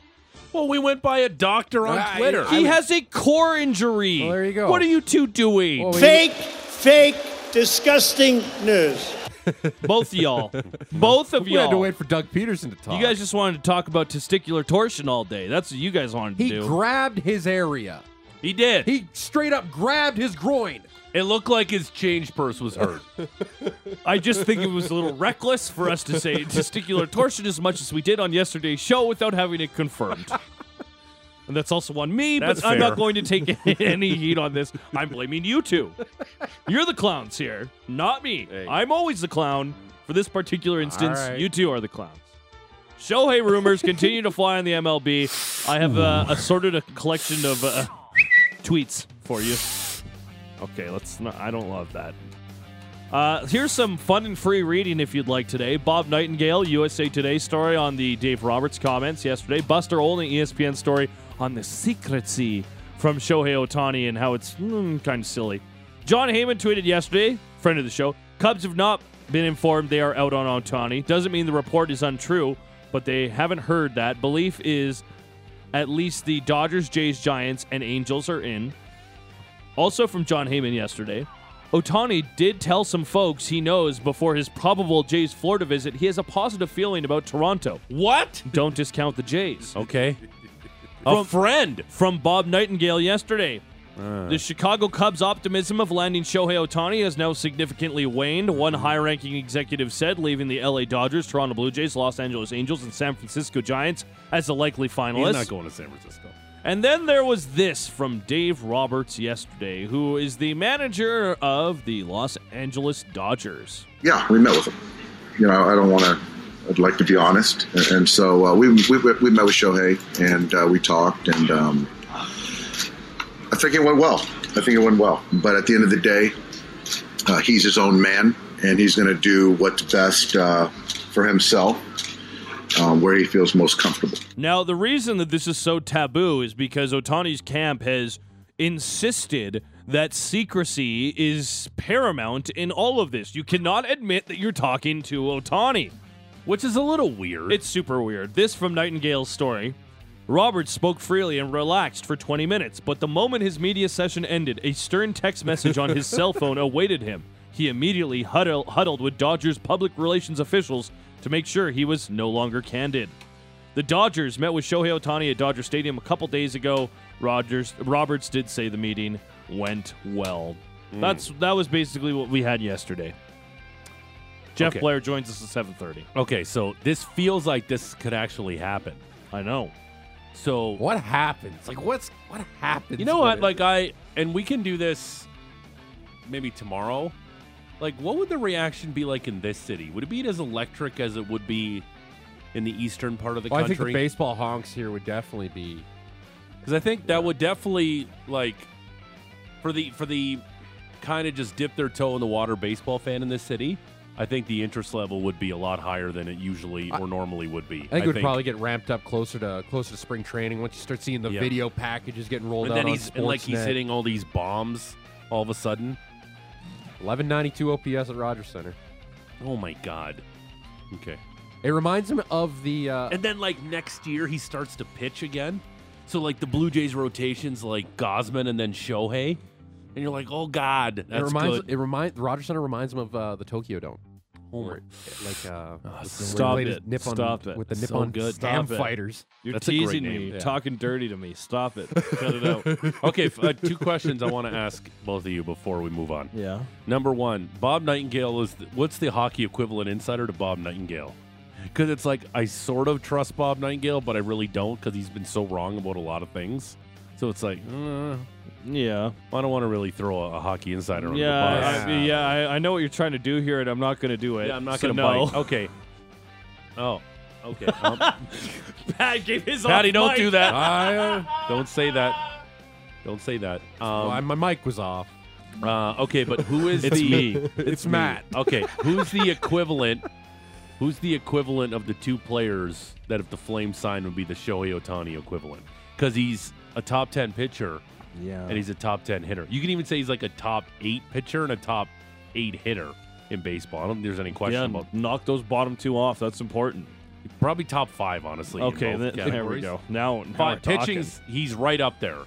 [SPEAKER 2] Well, we went by a doctor on
[SPEAKER 4] Ah,
[SPEAKER 2] Twitter.
[SPEAKER 4] He has a core injury.
[SPEAKER 5] there you go.
[SPEAKER 4] What are you two doing?
[SPEAKER 14] Fake, fake, disgusting news.
[SPEAKER 4] Both of y'all. Both of
[SPEAKER 5] We had to
[SPEAKER 4] y'all.
[SPEAKER 5] wait for Doug Peterson to talk.
[SPEAKER 4] You guys just wanted to talk about testicular torsion all day. That's what you guys wanted to
[SPEAKER 5] he
[SPEAKER 4] do.
[SPEAKER 5] grabbed his area.
[SPEAKER 4] he did.
[SPEAKER 5] He straight up grabbed his groin.
[SPEAKER 2] It looked like his change purse was hurt.
[SPEAKER 4] I just think it was a little reckless for us to say testicular torsion as much as we did on yesterday's show without having it confirmed. And that's also on me,
[SPEAKER 2] That's
[SPEAKER 4] but I'm
[SPEAKER 2] fair.
[SPEAKER 4] not going to take any heat on this. I'm blaming you two. You're the clowns here, not me. I'm always the clown. For this particular instance,
[SPEAKER 5] right.
[SPEAKER 4] you two are the clowns. Shohei rumors continue to fly on the MLB. I have uh, assorted a collection of uh, tweets for you. Okay, let's not. I don't love that. Uh, here's some fun and free reading if you'd like today. Bob Nightingale, USA Today story on the Dave Roberts comments yesterday. Buster Olney, E ESPN story on the secrecy from Shohei Otani and how it's mm, kind of silly. John Heyman tweeted yesterday, friend of the show, Cubs have not been informed they are out on Otani. Doesn't mean the report is untrue, but they haven't heard that. Belief is at least the Dodgers, Jays, Giants, and Angels are in. Also from John Heyman yesterday, Otani did tell some folks he knows before his probable Jays Florida visit he has a positive feeling about Toronto. What? Don't discount the Jays. Okay. a friend from Bob Nightingale yesterday. The Chicago Cubs' optimism of landing Shohei Otani has now significantly waned, one high ranking executive said, leaving the LA Dodgers, Toronto Blue Jays, Los Angeles Angels, and San Francisco Giants as the likely finalists.
[SPEAKER 2] He's not going to San Francisco.
[SPEAKER 4] And then there was this from Dave Roberts yesterday, who is the manager of the Los Angeles Dodgers.
[SPEAKER 11] yeah, we met with him. You know, I don't want to. I'd like to be honest, and, and so uh, we, we we met with Shohei and uh, we talked, and um, I think it went well. I think it went well. But at the end of the day, uh, he's his own man, and he's going to do what's best uh, for himself, um, where he feels most comfortable.
[SPEAKER 4] Now, the reason that this is so taboo is because Otani's camp has insisted that secrecy is paramount in all of this. You cannot admit that you're talking to Otani, which is a little weird. It's super weird. This from Nightingale's story. Roberts spoke freely and relaxed for 20 minutes, but the moment his media session ended, a stern text message on his cell phone awaited him. He immediately huddle, huddled with Dodgers public relations officials to make sure he was no longer candid. The Dodgers met with Shohei Otani at Dodger Stadium a couple days ago. Rogers Roberts did say the meeting went well.
[SPEAKER 3] Mm.
[SPEAKER 4] That's that was basically what we had yesterday. Jeff
[SPEAKER 2] Okay.
[SPEAKER 4] Blair joins us at seven thirty.
[SPEAKER 2] Okay, so this feels like this could actually happen.
[SPEAKER 4] I know.
[SPEAKER 2] So
[SPEAKER 5] What happens? Like what's what happens?
[SPEAKER 2] You know
[SPEAKER 5] with
[SPEAKER 2] what?
[SPEAKER 5] it?
[SPEAKER 2] Like I and we can do this maybe tomorrow. Like what would the reaction be like in this city? Would it be as electric as it would be in the eastern part of the
[SPEAKER 5] Well, I think the
[SPEAKER 2] country?
[SPEAKER 5] baseball honks here would definitely be.
[SPEAKER 2] Because I think that would definitely like for the for the kind of just dip their toe in the water baseball fan in this city. I think the interest level would be a lot higher than it usually or normally would be.
[SPEAKER 5] I think it would probably get ramped up closer to closer to spring training once you start seeing the
[SPEAKER 2] Yeah.
[SPEAKER 5] video packages getting rolled
[SPEAKER 2] and
[SPEAKER 5] out
[SPEAKER 2] then
[SPEAKER 5] on
[SPEAKER 2] he's and like he's
[SPEAKER 5] Sportsnet.
[SPEAKER 2] hitting all these bombs all of a sudden.
[SPEAKER 5] 1192 OPS at Rogers Center.
[SPEAKER 2] Oh my god. Okay.
[SPEAKER 5] It reminds him of the uh,
[SPEAKER 2] And then like next year he starts to pitch again. So like the Blue Jays rotations like Gosman and then Shohei.
[SPEAKER 3] and you're like, oh god, that's
[SPEAKER 5] it reminds
[SPEAKER 3] good.
[SPEAKER 5] it reminds the Rogers Center reminds him of uh, the Tokyo Dome. Where it- Like uh, with the-
[SPEAKER 4] Stop
[SPEAKER 5] where he played
[SPEAKER 4] it.
[SPEAKER 5] his Nippon,
[SPEAKER 4] Stop it.
[SPEAKER 5] with the
[SPEAKER 4] So
[SPEAKER 5] Nippon
[SPEAKER 4] good.
[SPEAKER 5] Stam
[SPEAKER 4] Stop it.
[SPEAKER 5] fighters.
[SPEAKER 4] You're
[SPEAKER 3] That's a great
[SPEAKER 4] teasing
[SPEAKER 3] name.
[SPEAKER 4] me,
[SPEAKER 3] Yeah.
[SPEAKER 4] talking dirty to me. Stop it.
[SPEAKER 3] Cut it out. Okay, f- uh, two questions I want to ask both of you before we move on.
[SPEAKER 4] Yeah.
[SPEAKER 3] Number one, Bob Nightingale is the, what's the hockey equivalent insider to Bob Nightingale? Because it's like I sort of trust Bob Nightingale, but I really don't because he's been so wrong about a lot of things. So it's like, uh,
[SPEAKER 4] yeah,
[SPEAKER 3] I don't want to really throw a, a hockey insider. Under the bus.
[SPEAKER 4] Yeah, I, yeah. I, I know what you're trying to do here, and I'm not going to do it.
[SPEAKER 3] Yeah, I'm not
[SPEAKER 4] so
[SPEAKER 3] gonna
[SPEAKER 4] no.
[SPEAKER 3] bite. Okay. Oh, okay. Um,
[SPEAKER 4] Pat gave his
[SPEAKER 3] Patty,
[SPEAKER 4] off
[SPEAKER 3] don't
[SPEAKER 4] mic.
[SPEAKER 3] do that. don't say that. Don't say that. Um,
[SPEAKER 5] my mic was off.
[SPEAKER 3] Uh, okay, but who is
[SPEAKER 5] It's
[SPEAKER 3] the?
[SPEAKER 5] me. It's Matt.
[SPEAKER 3] Okay, who's the equivalent? Who's the equivalent of the two players that, if the flame sign would be the Shohei Otani equivalent? Because he's a top ten pitcher,
[SPEAKER 4] Yeah.
[SPEAKER 3] and he's a top ten hitter. You can even say he's like a top eight pitcher and a top eight hitter in baseball. I don't think there's any question
[SPEAKER 4] yeah,
[SPEAKER 3] about
[SPEAKER 4] knock those bottom two off. That's important.
[SPEAKER 3] Probably top five, honestly. in
[SPEAKER 4] Okay,
[SPEAKER 3] both
[SPEAKER 4] th- there we
[SPEAKER 3] categories.
[SPEAKER 4] go. Now, now
[SPEAKER 3] Fine.
[SPEAKER 4] we're talking.
[SPEAKER 3] Pitching's he's right up there.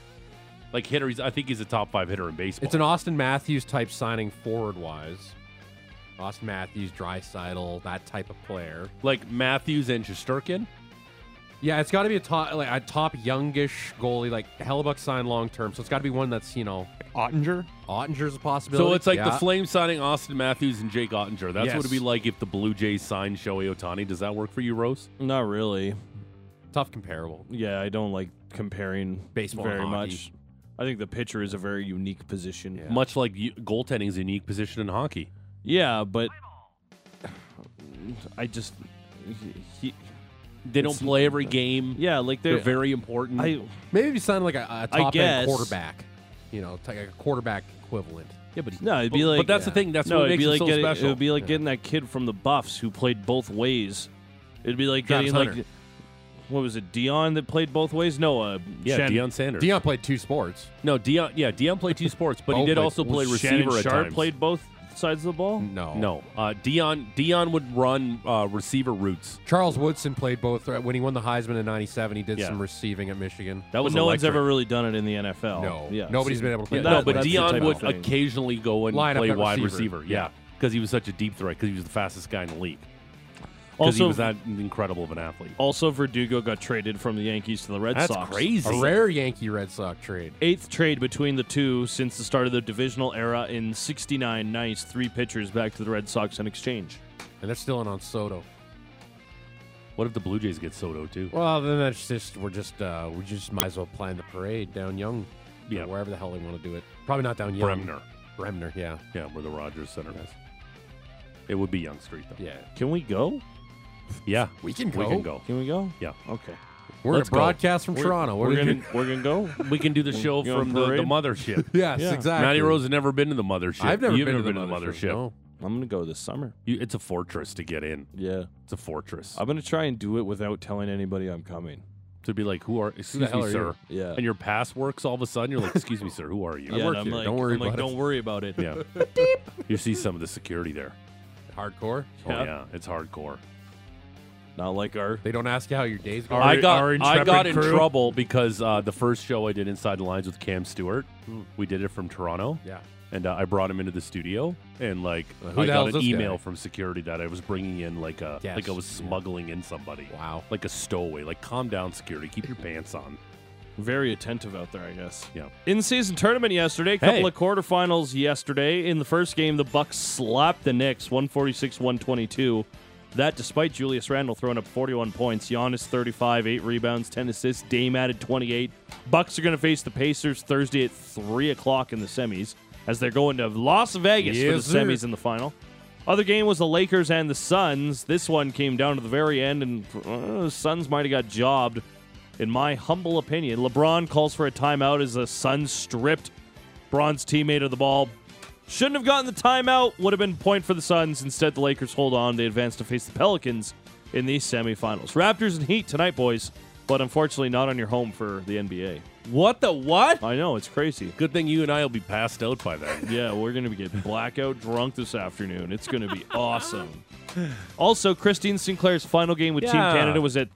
[SPEAKER 3] Like hitter, he's, I think he's a top five hitter in baseball.
[SPEAKER 5] It's an Austin Matthews type signing forward wise. Austin Matthews, Drysidle, that type of player.
[SPEAKER 3] like Matthews and Shosturkin.
[SPEAKER 5] Yeah, it's got to be a top, like a top youngish goalie. Like Hellebuck signed long term, so it's got to be one that's you know
[SPEAKER 6] Ottinger.
[SPEAKER 5] Ottinger's a possibility.
[SPEAKER 3] So it's like the
[SPEAKER 5] Oh, yeah.
[SPEAKER 3] Flames signing Austin Matthews and Jake Ottinger. That's what it'd be
[SPEAKER 5] Yes.
[SPEAKER 3] like if the Blue Jays signed Shohei Otani. Does that work for you, Rose?
[SPEAKER 4] Not really.
[SPEAKER 5] Tough comparable.
[SPEAKER 4] Yeah, I don't like comparing
[SPEAKER 5] Baseball and
[SPEAKER 4] very
[SPEAKER 5] hockey.
[SPEAKER 4] much. I think the pitcher is a very unique position. Yeah,
[SPEAKER 3] Much like you, goaltending is a unique position in hockey.
[SPEAKER 4] but I just he,
[SPEAKER 3] They don't
[SPEAKER 4] It's-
[SPEAKER 3] play every game.
[SPEAKER 4] Yeah, like
[SPEAKER 3] They're,
[SPEAKER 4] they're,
[SPEAKER 3] very important.
[SPEAKER 4] I
[SPEAKER 5] Maybe if you sign like a, a
[SPEAKER 4] I
[SPEAKER 5] top
[SPEAKER 4] guess.
[SPEAKER 5] end quarterback, you know, t- like a quarterback equivalent.
[SPEAKER 3] yeah, but
[SPEAKER 4] no, it'd be like.
[SPEAKER 3] But that's the thing. That's
[SPEAKER 4] no,
[SPEAKER 3] what makes
[SPEAKER 4] it'd be
[SPEAKER 3] him
[SPEAKER 4] like
[SPEAKER 3] so
[SPEAKER 4] getting,
[SPEAKER 3] special.
[SPEAKER 4] It'd be like getting that kid from the Buffs who played both ways. It'd be like
[SPEAKER 3] Travis
[SPEAKER 4] getting like
[SPEAKER 3] Hunter.
[SPEAKER 4] what was it, Dion that played both ways? No, uh,
[SPEAKER 3] yeah,
[SPEAKER 4] Shen-
[SPEAKER 3] Deion Sanders.
[SPEAKER 5] Dion played two sports.
[SPEAKER 3] No, Dion. Yeah, Dion played two sports, but he
[SPEAKER 5] Both
[SPEAKER 3] did
[SPEAKER 5] played-
[SPEAKER 3] also play
[SPEAKER 4] was
[SPEAKER 3] receiver
[SPEAKER 4] Shannon
[SPEAKER 3] at
[SPEAKER 4] Sharp
[SPEAKER 3] times.
[SPEAKER 4] played both sides of the ball.
[SPEAKER 5] No,
[SPEAKER 3] No, uh, Dion. Dion would run uh, receiver routes.
[SPEAKER 5] Charles Woodson played both. uh, When he won the Heisman in '97, he did
[SPEAKER 3] Yeah.
[SPEAKER 5] some receiving at Michigan.
[SPEAKER 3] That
[SPEAKER 4] But
[SPEAKER 3] was
[SPEAKER 4] no one's
[SPEAKER 3] electric.
[SPEAKER 4] ever really done it in the NFL.
[SPEAKER 5] No.
[SPEAKER 4] yeah,
[SPEAKER 5] Nobody's been able to play
[SPEAKER 4] Yeah,
[SPEAKER 5] that.
[SPEAKER 3] no,
[SPEAKER 5] that's
[SPEAKER 3] but
[SPEAKER 4] the
[SPEAKER 3] Dion
[SPEAKER 4] type of
[SPEAKER 3] would
[SPEAKER 4] thing.
[SPEAKER 3] occasionally go and
[SPEAKER 5] Line up
[SPEAKER 3] play
[SPEAKER 5] at
[SPEAKER 3] wide
[SPEAKER 5] receiver.
[SPEAKER 3] receiver. Yeah, because he was such a deep threat. Because he was the fastest guy in the league. Because he
[SPEAKER 4] Also,
[SPEAKER 3] was that incredible of an athlete.
[SPEAKER 4] also Verdugo got traded from the Yankees to the Red
[SPEAKER 3] That's
[SPEAKER 4] Sox.
[SPEAKER 3] crazy.
[SPEAKER 5] A rare Yankee Red Sox trade.
[SPEAKER 4] Eighth trade between the two since the start of the divisional era in '69. Nice three pitchers back to the Red Sox in exchange.
[SPEAKER 5] And they're still in on Soto.
[SPEAKER 3] What if the Blue Jays get Soto too?
[SPEAKER 5] Well, then that's just we're just uh we just might as well plan the parade down Young, yeah,
[SPEAKER 3] Yeah.
[SPEAKER 5] wherever the hell they want to do it. Probably not down Young.
[SPEAKER 3] Bremner.
[SPEAKER 5] Bremner, yeah,
[SPEAKER 3] Yeah, where the Rogers Center is. It would be Young Street though.
[SPEAKER 5] yeah.
[SPEAKER 4] Can we go?
[SPEAKER 3] Yeah,
[SPEAKER 5] We can
[SPEAKER 3] we
[SPEAKER 5] go.
[SPEAKER 3] can go.
[SPEAKER 4] Can we go?
[SPEAKER 3] Yeah.
[SPEAKER 4] Okay.
[SPEAKER 5] We're gonna
[SPEAKER 3] Let's go.
[SPEAKER 5] broadcast from Toronto. What
[SPEAKER 4] We're
[SPEAKER 5] are we
[SPEAKER 4] gonna we're gonna go.
[SPEAKER 3] We can do the show
[SPEAKER 4] You on
[SPEAKER 3] from the, the
[SPEAKER 4] parade?
[SPEAKER 3] mothership.
[SPEAKER 5] doing? yes,
[SPEAKER 4] Yeah.
[SPEAKER 5] exactly.
[SPEAKER 3] Matty Rose has never been to the mothership.
[SPEAKER 5] I've never
[SPEAKER 3] You've
[SPEAKER 5] been,
[SPEAKER 3] never
[SPEAKER 5] to the mothership. no.
[SPEAKER 4] I'm gonna go this summer.
[SPEAKER 3] You, it's a fortress to get in.
[SPEAKER 4] Yeah.
[SPEAKER 3] It's a fortress.
[SPEAKER 5] Uh,
[SPEAKER 4] I'm gonna try and do it without telling anybody I'm coming.
[SPEAKER 3] to be like, who are? Excuse
[SPEAKER 5] hell
[SPEAKER 3] me,
[SPEAKER 5] are
[SPEAKER 3] sir.
[SPEAKER 5] you?
[SPEAKER 4] Yeah.
[SPEAKER 3] And your pass works all of a sudden. You're like, excuse me, sir. Who are you?
[SPEAKER 4] yeah,
[SPEAKER 5] work
[SPEAKER 4] and I'm
[SPEAKER 5] here.
[SPEAKER 4] like,
[SPEAKER 5] Don't worry
[SPEAKER 4] I'm like,
[SPEAKER 5] about it.
[SPEAKER 4] Don't worry about it.
[SPEAKER 3] Yeah. you see some of the security there.
[SPEAKER 5] Hardcore.
[SPEAKER 3] Oh
[SPEAKER 4] Yeah.
[SPEAKER 3] yeah, it's hardcore.
[SPEAKER 4] Not like our
[SPEAKER 5] They don't ask you how your days go.
[SPEAKER 3] I got
[SPEAKER 6] our
[SPEAKER 3] I got in
[SPEAKER 6] intrepid crew.
[SPEAKER 3] trouble because uh, the first show I did Inside the Lines with Cam Stewart, we did it from Toronto,
[SPEAKER 5] yeah.
[SPEAKER 3] and uh, I brought him into the studio, and like
[SPEAKER 5] Uh, who
[SPEAKER 3] I
[SPEAKER 5] the hell
[SPEAKER 3] got
[SPEAKER 5] is
[SPEAKER 3] an
[SPEAKER 5] this
[SPEAKER 3] email
[SPEAKER 5] guy?
[SPEAKER 3] from security that I was bringing in like a
[SPEAKER 5] Yes.
[SPEAKER 3] like I was
[SPEAKER 5] Yeah.
[SPEAKER 3] smuggling in somebody,
[SPEAKER 5] Wow.
[SPEAKER 3] like a stowaway. Like calm down, security, keep your pants on.
[SPEAKER 4] very attentive out there, I guess.
[SPEAKER 3] Yeah.
[SPEAKER 4] In season tournament yesterday, a couple
[SPEAKER 3] Hey.
[SPEAKER 4] of quarterfinals yesterday. In the first game, the Bucks slapped the Knicks 146-122. That despite Julius Randle throwing up 41 points, Giannis 35, 8 rebounds, 10 assists, Dame added 28. Bucks are going to face the Pacers Thursday at 3 o'clock in the semis as they're going to Las Vegas for the
[SPEAKER 5] Yes, sir.
[SPEAKER 4] semis in the final. Other game was the Lakers and the Suns. This one came down to the very end, and uh, Suns might have got jobbed. In my humble opinion, LeBron calls for a timeout as the Suns stripped Bron's teammate of the ball. Shouldn't have gotten the timeout. Would have been point for the Suns. Instead, the Lakers hold on. They advance to face the Pelicans in the semifinals. Raptors and Heat tonight, boys. But unfortunately, not on your home for the NBA.
[SPEAKER 3] What the what?
[SPEAKER 4] I know it's crazy.
[SPEAKER 3] Good thing you and I will be passed out by then.
[SPEAKER 4] Yeah, we're going to be getting blackout drunk this afternoon. It's going to be awesome. Also, Christine Sinclair's final game with Team
[SPEAKER 3] Yeah.
[SPEAKER 4] Canada was at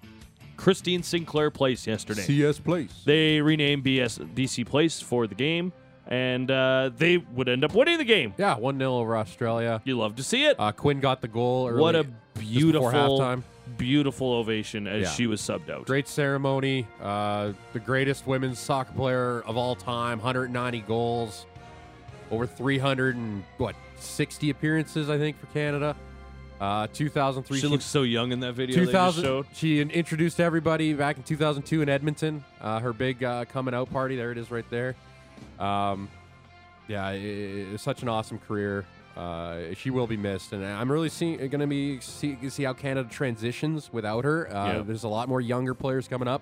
[SPEAKER 4] Christine Sinclair Place yesterday.
[SPEAKER 5] CS Place.
[SPEAKER 4] They renamed BS, BC Place for the game. and uh, they would end up winning the game.
[SPEAKER 5] Yeah, one 0 over Australia.
[SPEAKER 4] You love to see it.
[SPEAKER 5] Uh, Quinn got the goal. Early,
[SPEAKER 4] What a
[SPEAKER 5] just before
[SPEAKER 4] beautiful,
[SPEAKER 5] halftime.
[SPEAKER 4] beautiful ovation as
[SPEAKER 5] Yeah.
[SPEAKER 4] she was subbed out.
[SPEAKER 5] Great ceremony. Uh, the greatest women's soccer player of all time. 190 goals, over 300 and what 60 appearances, I think, for Canada. Uh, 2003.
[SPEAKER 4] She looks so young in that video. they just
[SPEAKER 5] 2000.
[SPEAKER 4] showed.
[SPEAKER 5] She in- introduced everybody back in 2002 in Edmonton. Uh, her big uh, coming out party. There it is, right there. Um, yeah, i i- it's such an awesome career. Uh, she will be missed, and I'm really seeing going to be see, see how Canada transitions without her. Uh,
[SPEAKER 4] Yeah.
[SPEAKER 5] There's a lot more younger players coming up.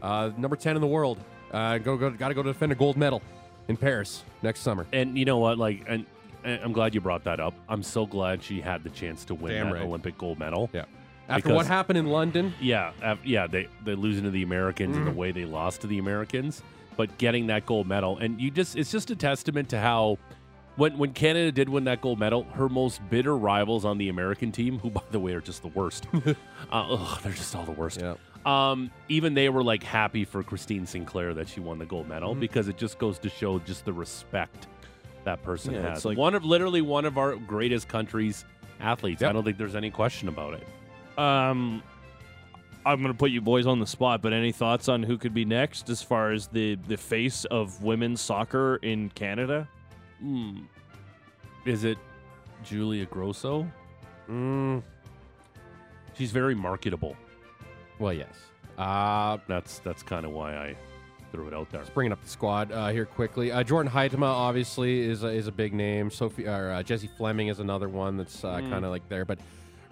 [SPEAKER 5] Uh, number ten in the world. Uh, go go. Got to go defend a gold medal in Paris next summer.
[SPEAKER 3] And you know what? Like, and, and I'm glad you brought that up. I'm so glad she had the chance to win
[SPEAKER 5] Damn
[SPEAKER 3] that
[SPEAKER 5] right.
[SPEAKER 3] Olympic gold medal.
[SPEAKER 5] Yeah. After what happened in London,
[SPEAKER 3] Yeah,
[SPEAKER 4] uh,
[SPEAKER 3] af- yeah, they they losing to the Americans
[SPEAKER 5] Mm.
[SPEAKER 3] and the way they lost to the Americans, but getting that gold medal and you just it's just a testament to how when when Canada did win that gold medal, her most bitter rivals on the American team, who by the way are just the worst, uh, ugh, they're just all the worst. Um, even they were like happy for Christine Sinclair that she won the gold medal
[SPEAKER 4] Mhm.
[SPEAKER 3] because it just goes to show just the respect that person
[SPEAKER 4] Yeah,
[SPEAKER 3] has.
[SPEAKER 4] it's like-
[SPEAKER 3] one of literally one of our greatest countries athletes. I
[SPEAKER 4] Yep.
[SPEAKER 3] don't think there's any question about it.
[SPEAKER 4] Um, I'm going to put you boys on the spot, but any thoughts on who could be next as far as the, the face of women's soccer in Canada?
[SPEAKER 3] Hmm. Is it Julia Grosso?
[SPEAKER 5] Mm.
[SPEAKER 3] She's very marketable.
[SPEAKER 5] Well, yes. Uh,
[SPEAKER 3] that's that's kind of why I threw it out there.
[SPEAKER 5] Just bringing up the squad uh, here quickly. Uh, Jordan Heitema obviously is a, is a big name. Sophie or uh, Jesse Fleming is another one that's uh,
[SPEAKER 4] Mm.
[SPEAKER 5] kind of like there, but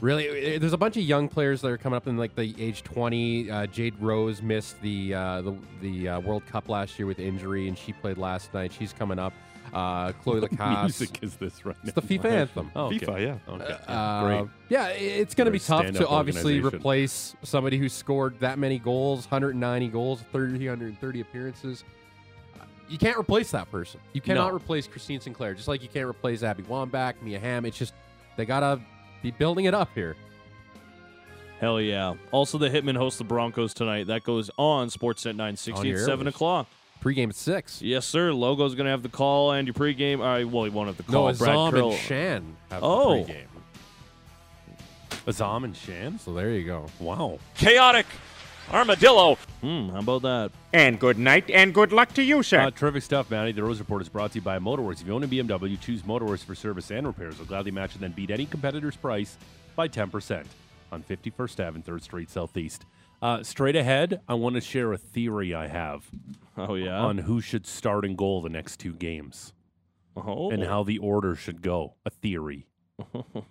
[SPEAKER 5] really, eh, there's a bunch of young players that are coming up in like the age 20. Uh, Jade Rose missed the uh, the, the uh, World Cup last year with injury, and she played last night. She's coming up. Uh, Chloe
[SPEAKER 3] What
[SPEAKER 5] Lacasse.
[SPEAKER 3] music is this right
[SPEAKER 5] It's the
[SPEAKER 3] now?
[SPEAKER 5] FIFA anthem.
[SPEAKER 3] Oh, okay.
[SPEAKER 6] FIFA, yeah.
[SPEAKER 3] Okay.
[SPEAKER 5] Uh,
[SPEAKER 3] Great.
[SPEAKER 5] Yeah, i- it's going to
[SPEAKER 3] They're
[SPEAKER 5] be
[SPEAKER 3] a
[SPEAKER 5] tough to
[SPEAKER 3] stand-up
[SPEAKER 5] obviously
[SPEAKER 3] organization.
[SPEAKER 5] replace somebody who scored that many goals 190 goals, 330 appearances. You can't replace that person. You cannot
[SPEAKER 3] No.
[SPEAKER 5] replace Christine Sinclair, just like you can't replace Abby Wambach, Mia Hamm. It's just, they got to be building it up here.
[SPEAKER 4] Hell yeah. Also, the Hitmen host the Broncos tonight. That goes on Sportsnet 960
[SPEAKER 5] On
[SPEAKER 4] at
[SPEAKER 5] your
[SPEAKER 4] 7
[SPEAKER 5] airwaves.
[SPEAKER 4] o'clock.
[SPEAKER 5] Pre-game at 6.
[SPEAKER 4] Yes, sir. Logo's going to have the call and your pregame. All right, well, he won't have the
[SPEAKER 5] No,
[SPEAKER 4] call. Brad
[SPEAKER 5] Azam
[SPEAKER 4] Curl.
[SPEAKER 5] and Shan have
[SPEAKER 4] Oh.
[SPEAKER 5] the pregame.
[SPEAKER 3] Azam and Shan.
[SPEAKER 5] So there you go.
[SPEAKER 3] Wow.
[SPEAKER 2] Chaotic armadillo.
[SPEAKER 4] Hmm, how about that?
[SPEAKER 15] And good night and good luck to you, sir.
[SPEAKER 3] Uh, terrific stuff, Manny. The Rose Report is brought to you by Motorworks. If you own a BMW, choose Motorworks for service and repairs. They'll gladly match and then beat any competitor's price by 10% on 51st Ave and 3rd Street Southeast. Uh, straight ahead, I want to share a theory I have.
[SPEAKER 4] Oh, yeah?
[SPEAKER 3] On who should start and goal the next two games.
[SPEAKER 4] Oh.
[SPEAKER 3] And how the order should go. A theory.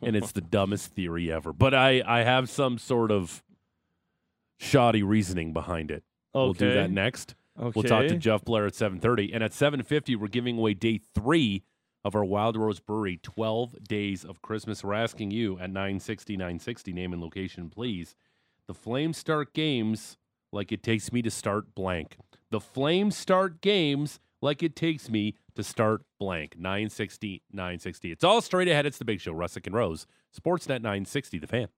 [SPEAKER 3] and it's the dumbest theory ever. But I, I have some sort of shoddy reasoning behind it. We'll do
[SPEAKER 4] Okay.
[SPEAKER 3] that next. We'll talk to
[SPEAKER 4] Okay.
[SPEAKER 3] Jeff Blair at 7:30 and at 7:50 we're giving away day 3 of our Wild Rose Brewery 12 days of Christmas. We're asking you at 960 960 name and location please. The Flames start games like it takes me to start blank. The Flames start games like it takes me to start blank. 960 960. It's all straight ahead. It's the big show. Russick and Rose. Sportsnet 960 the fan.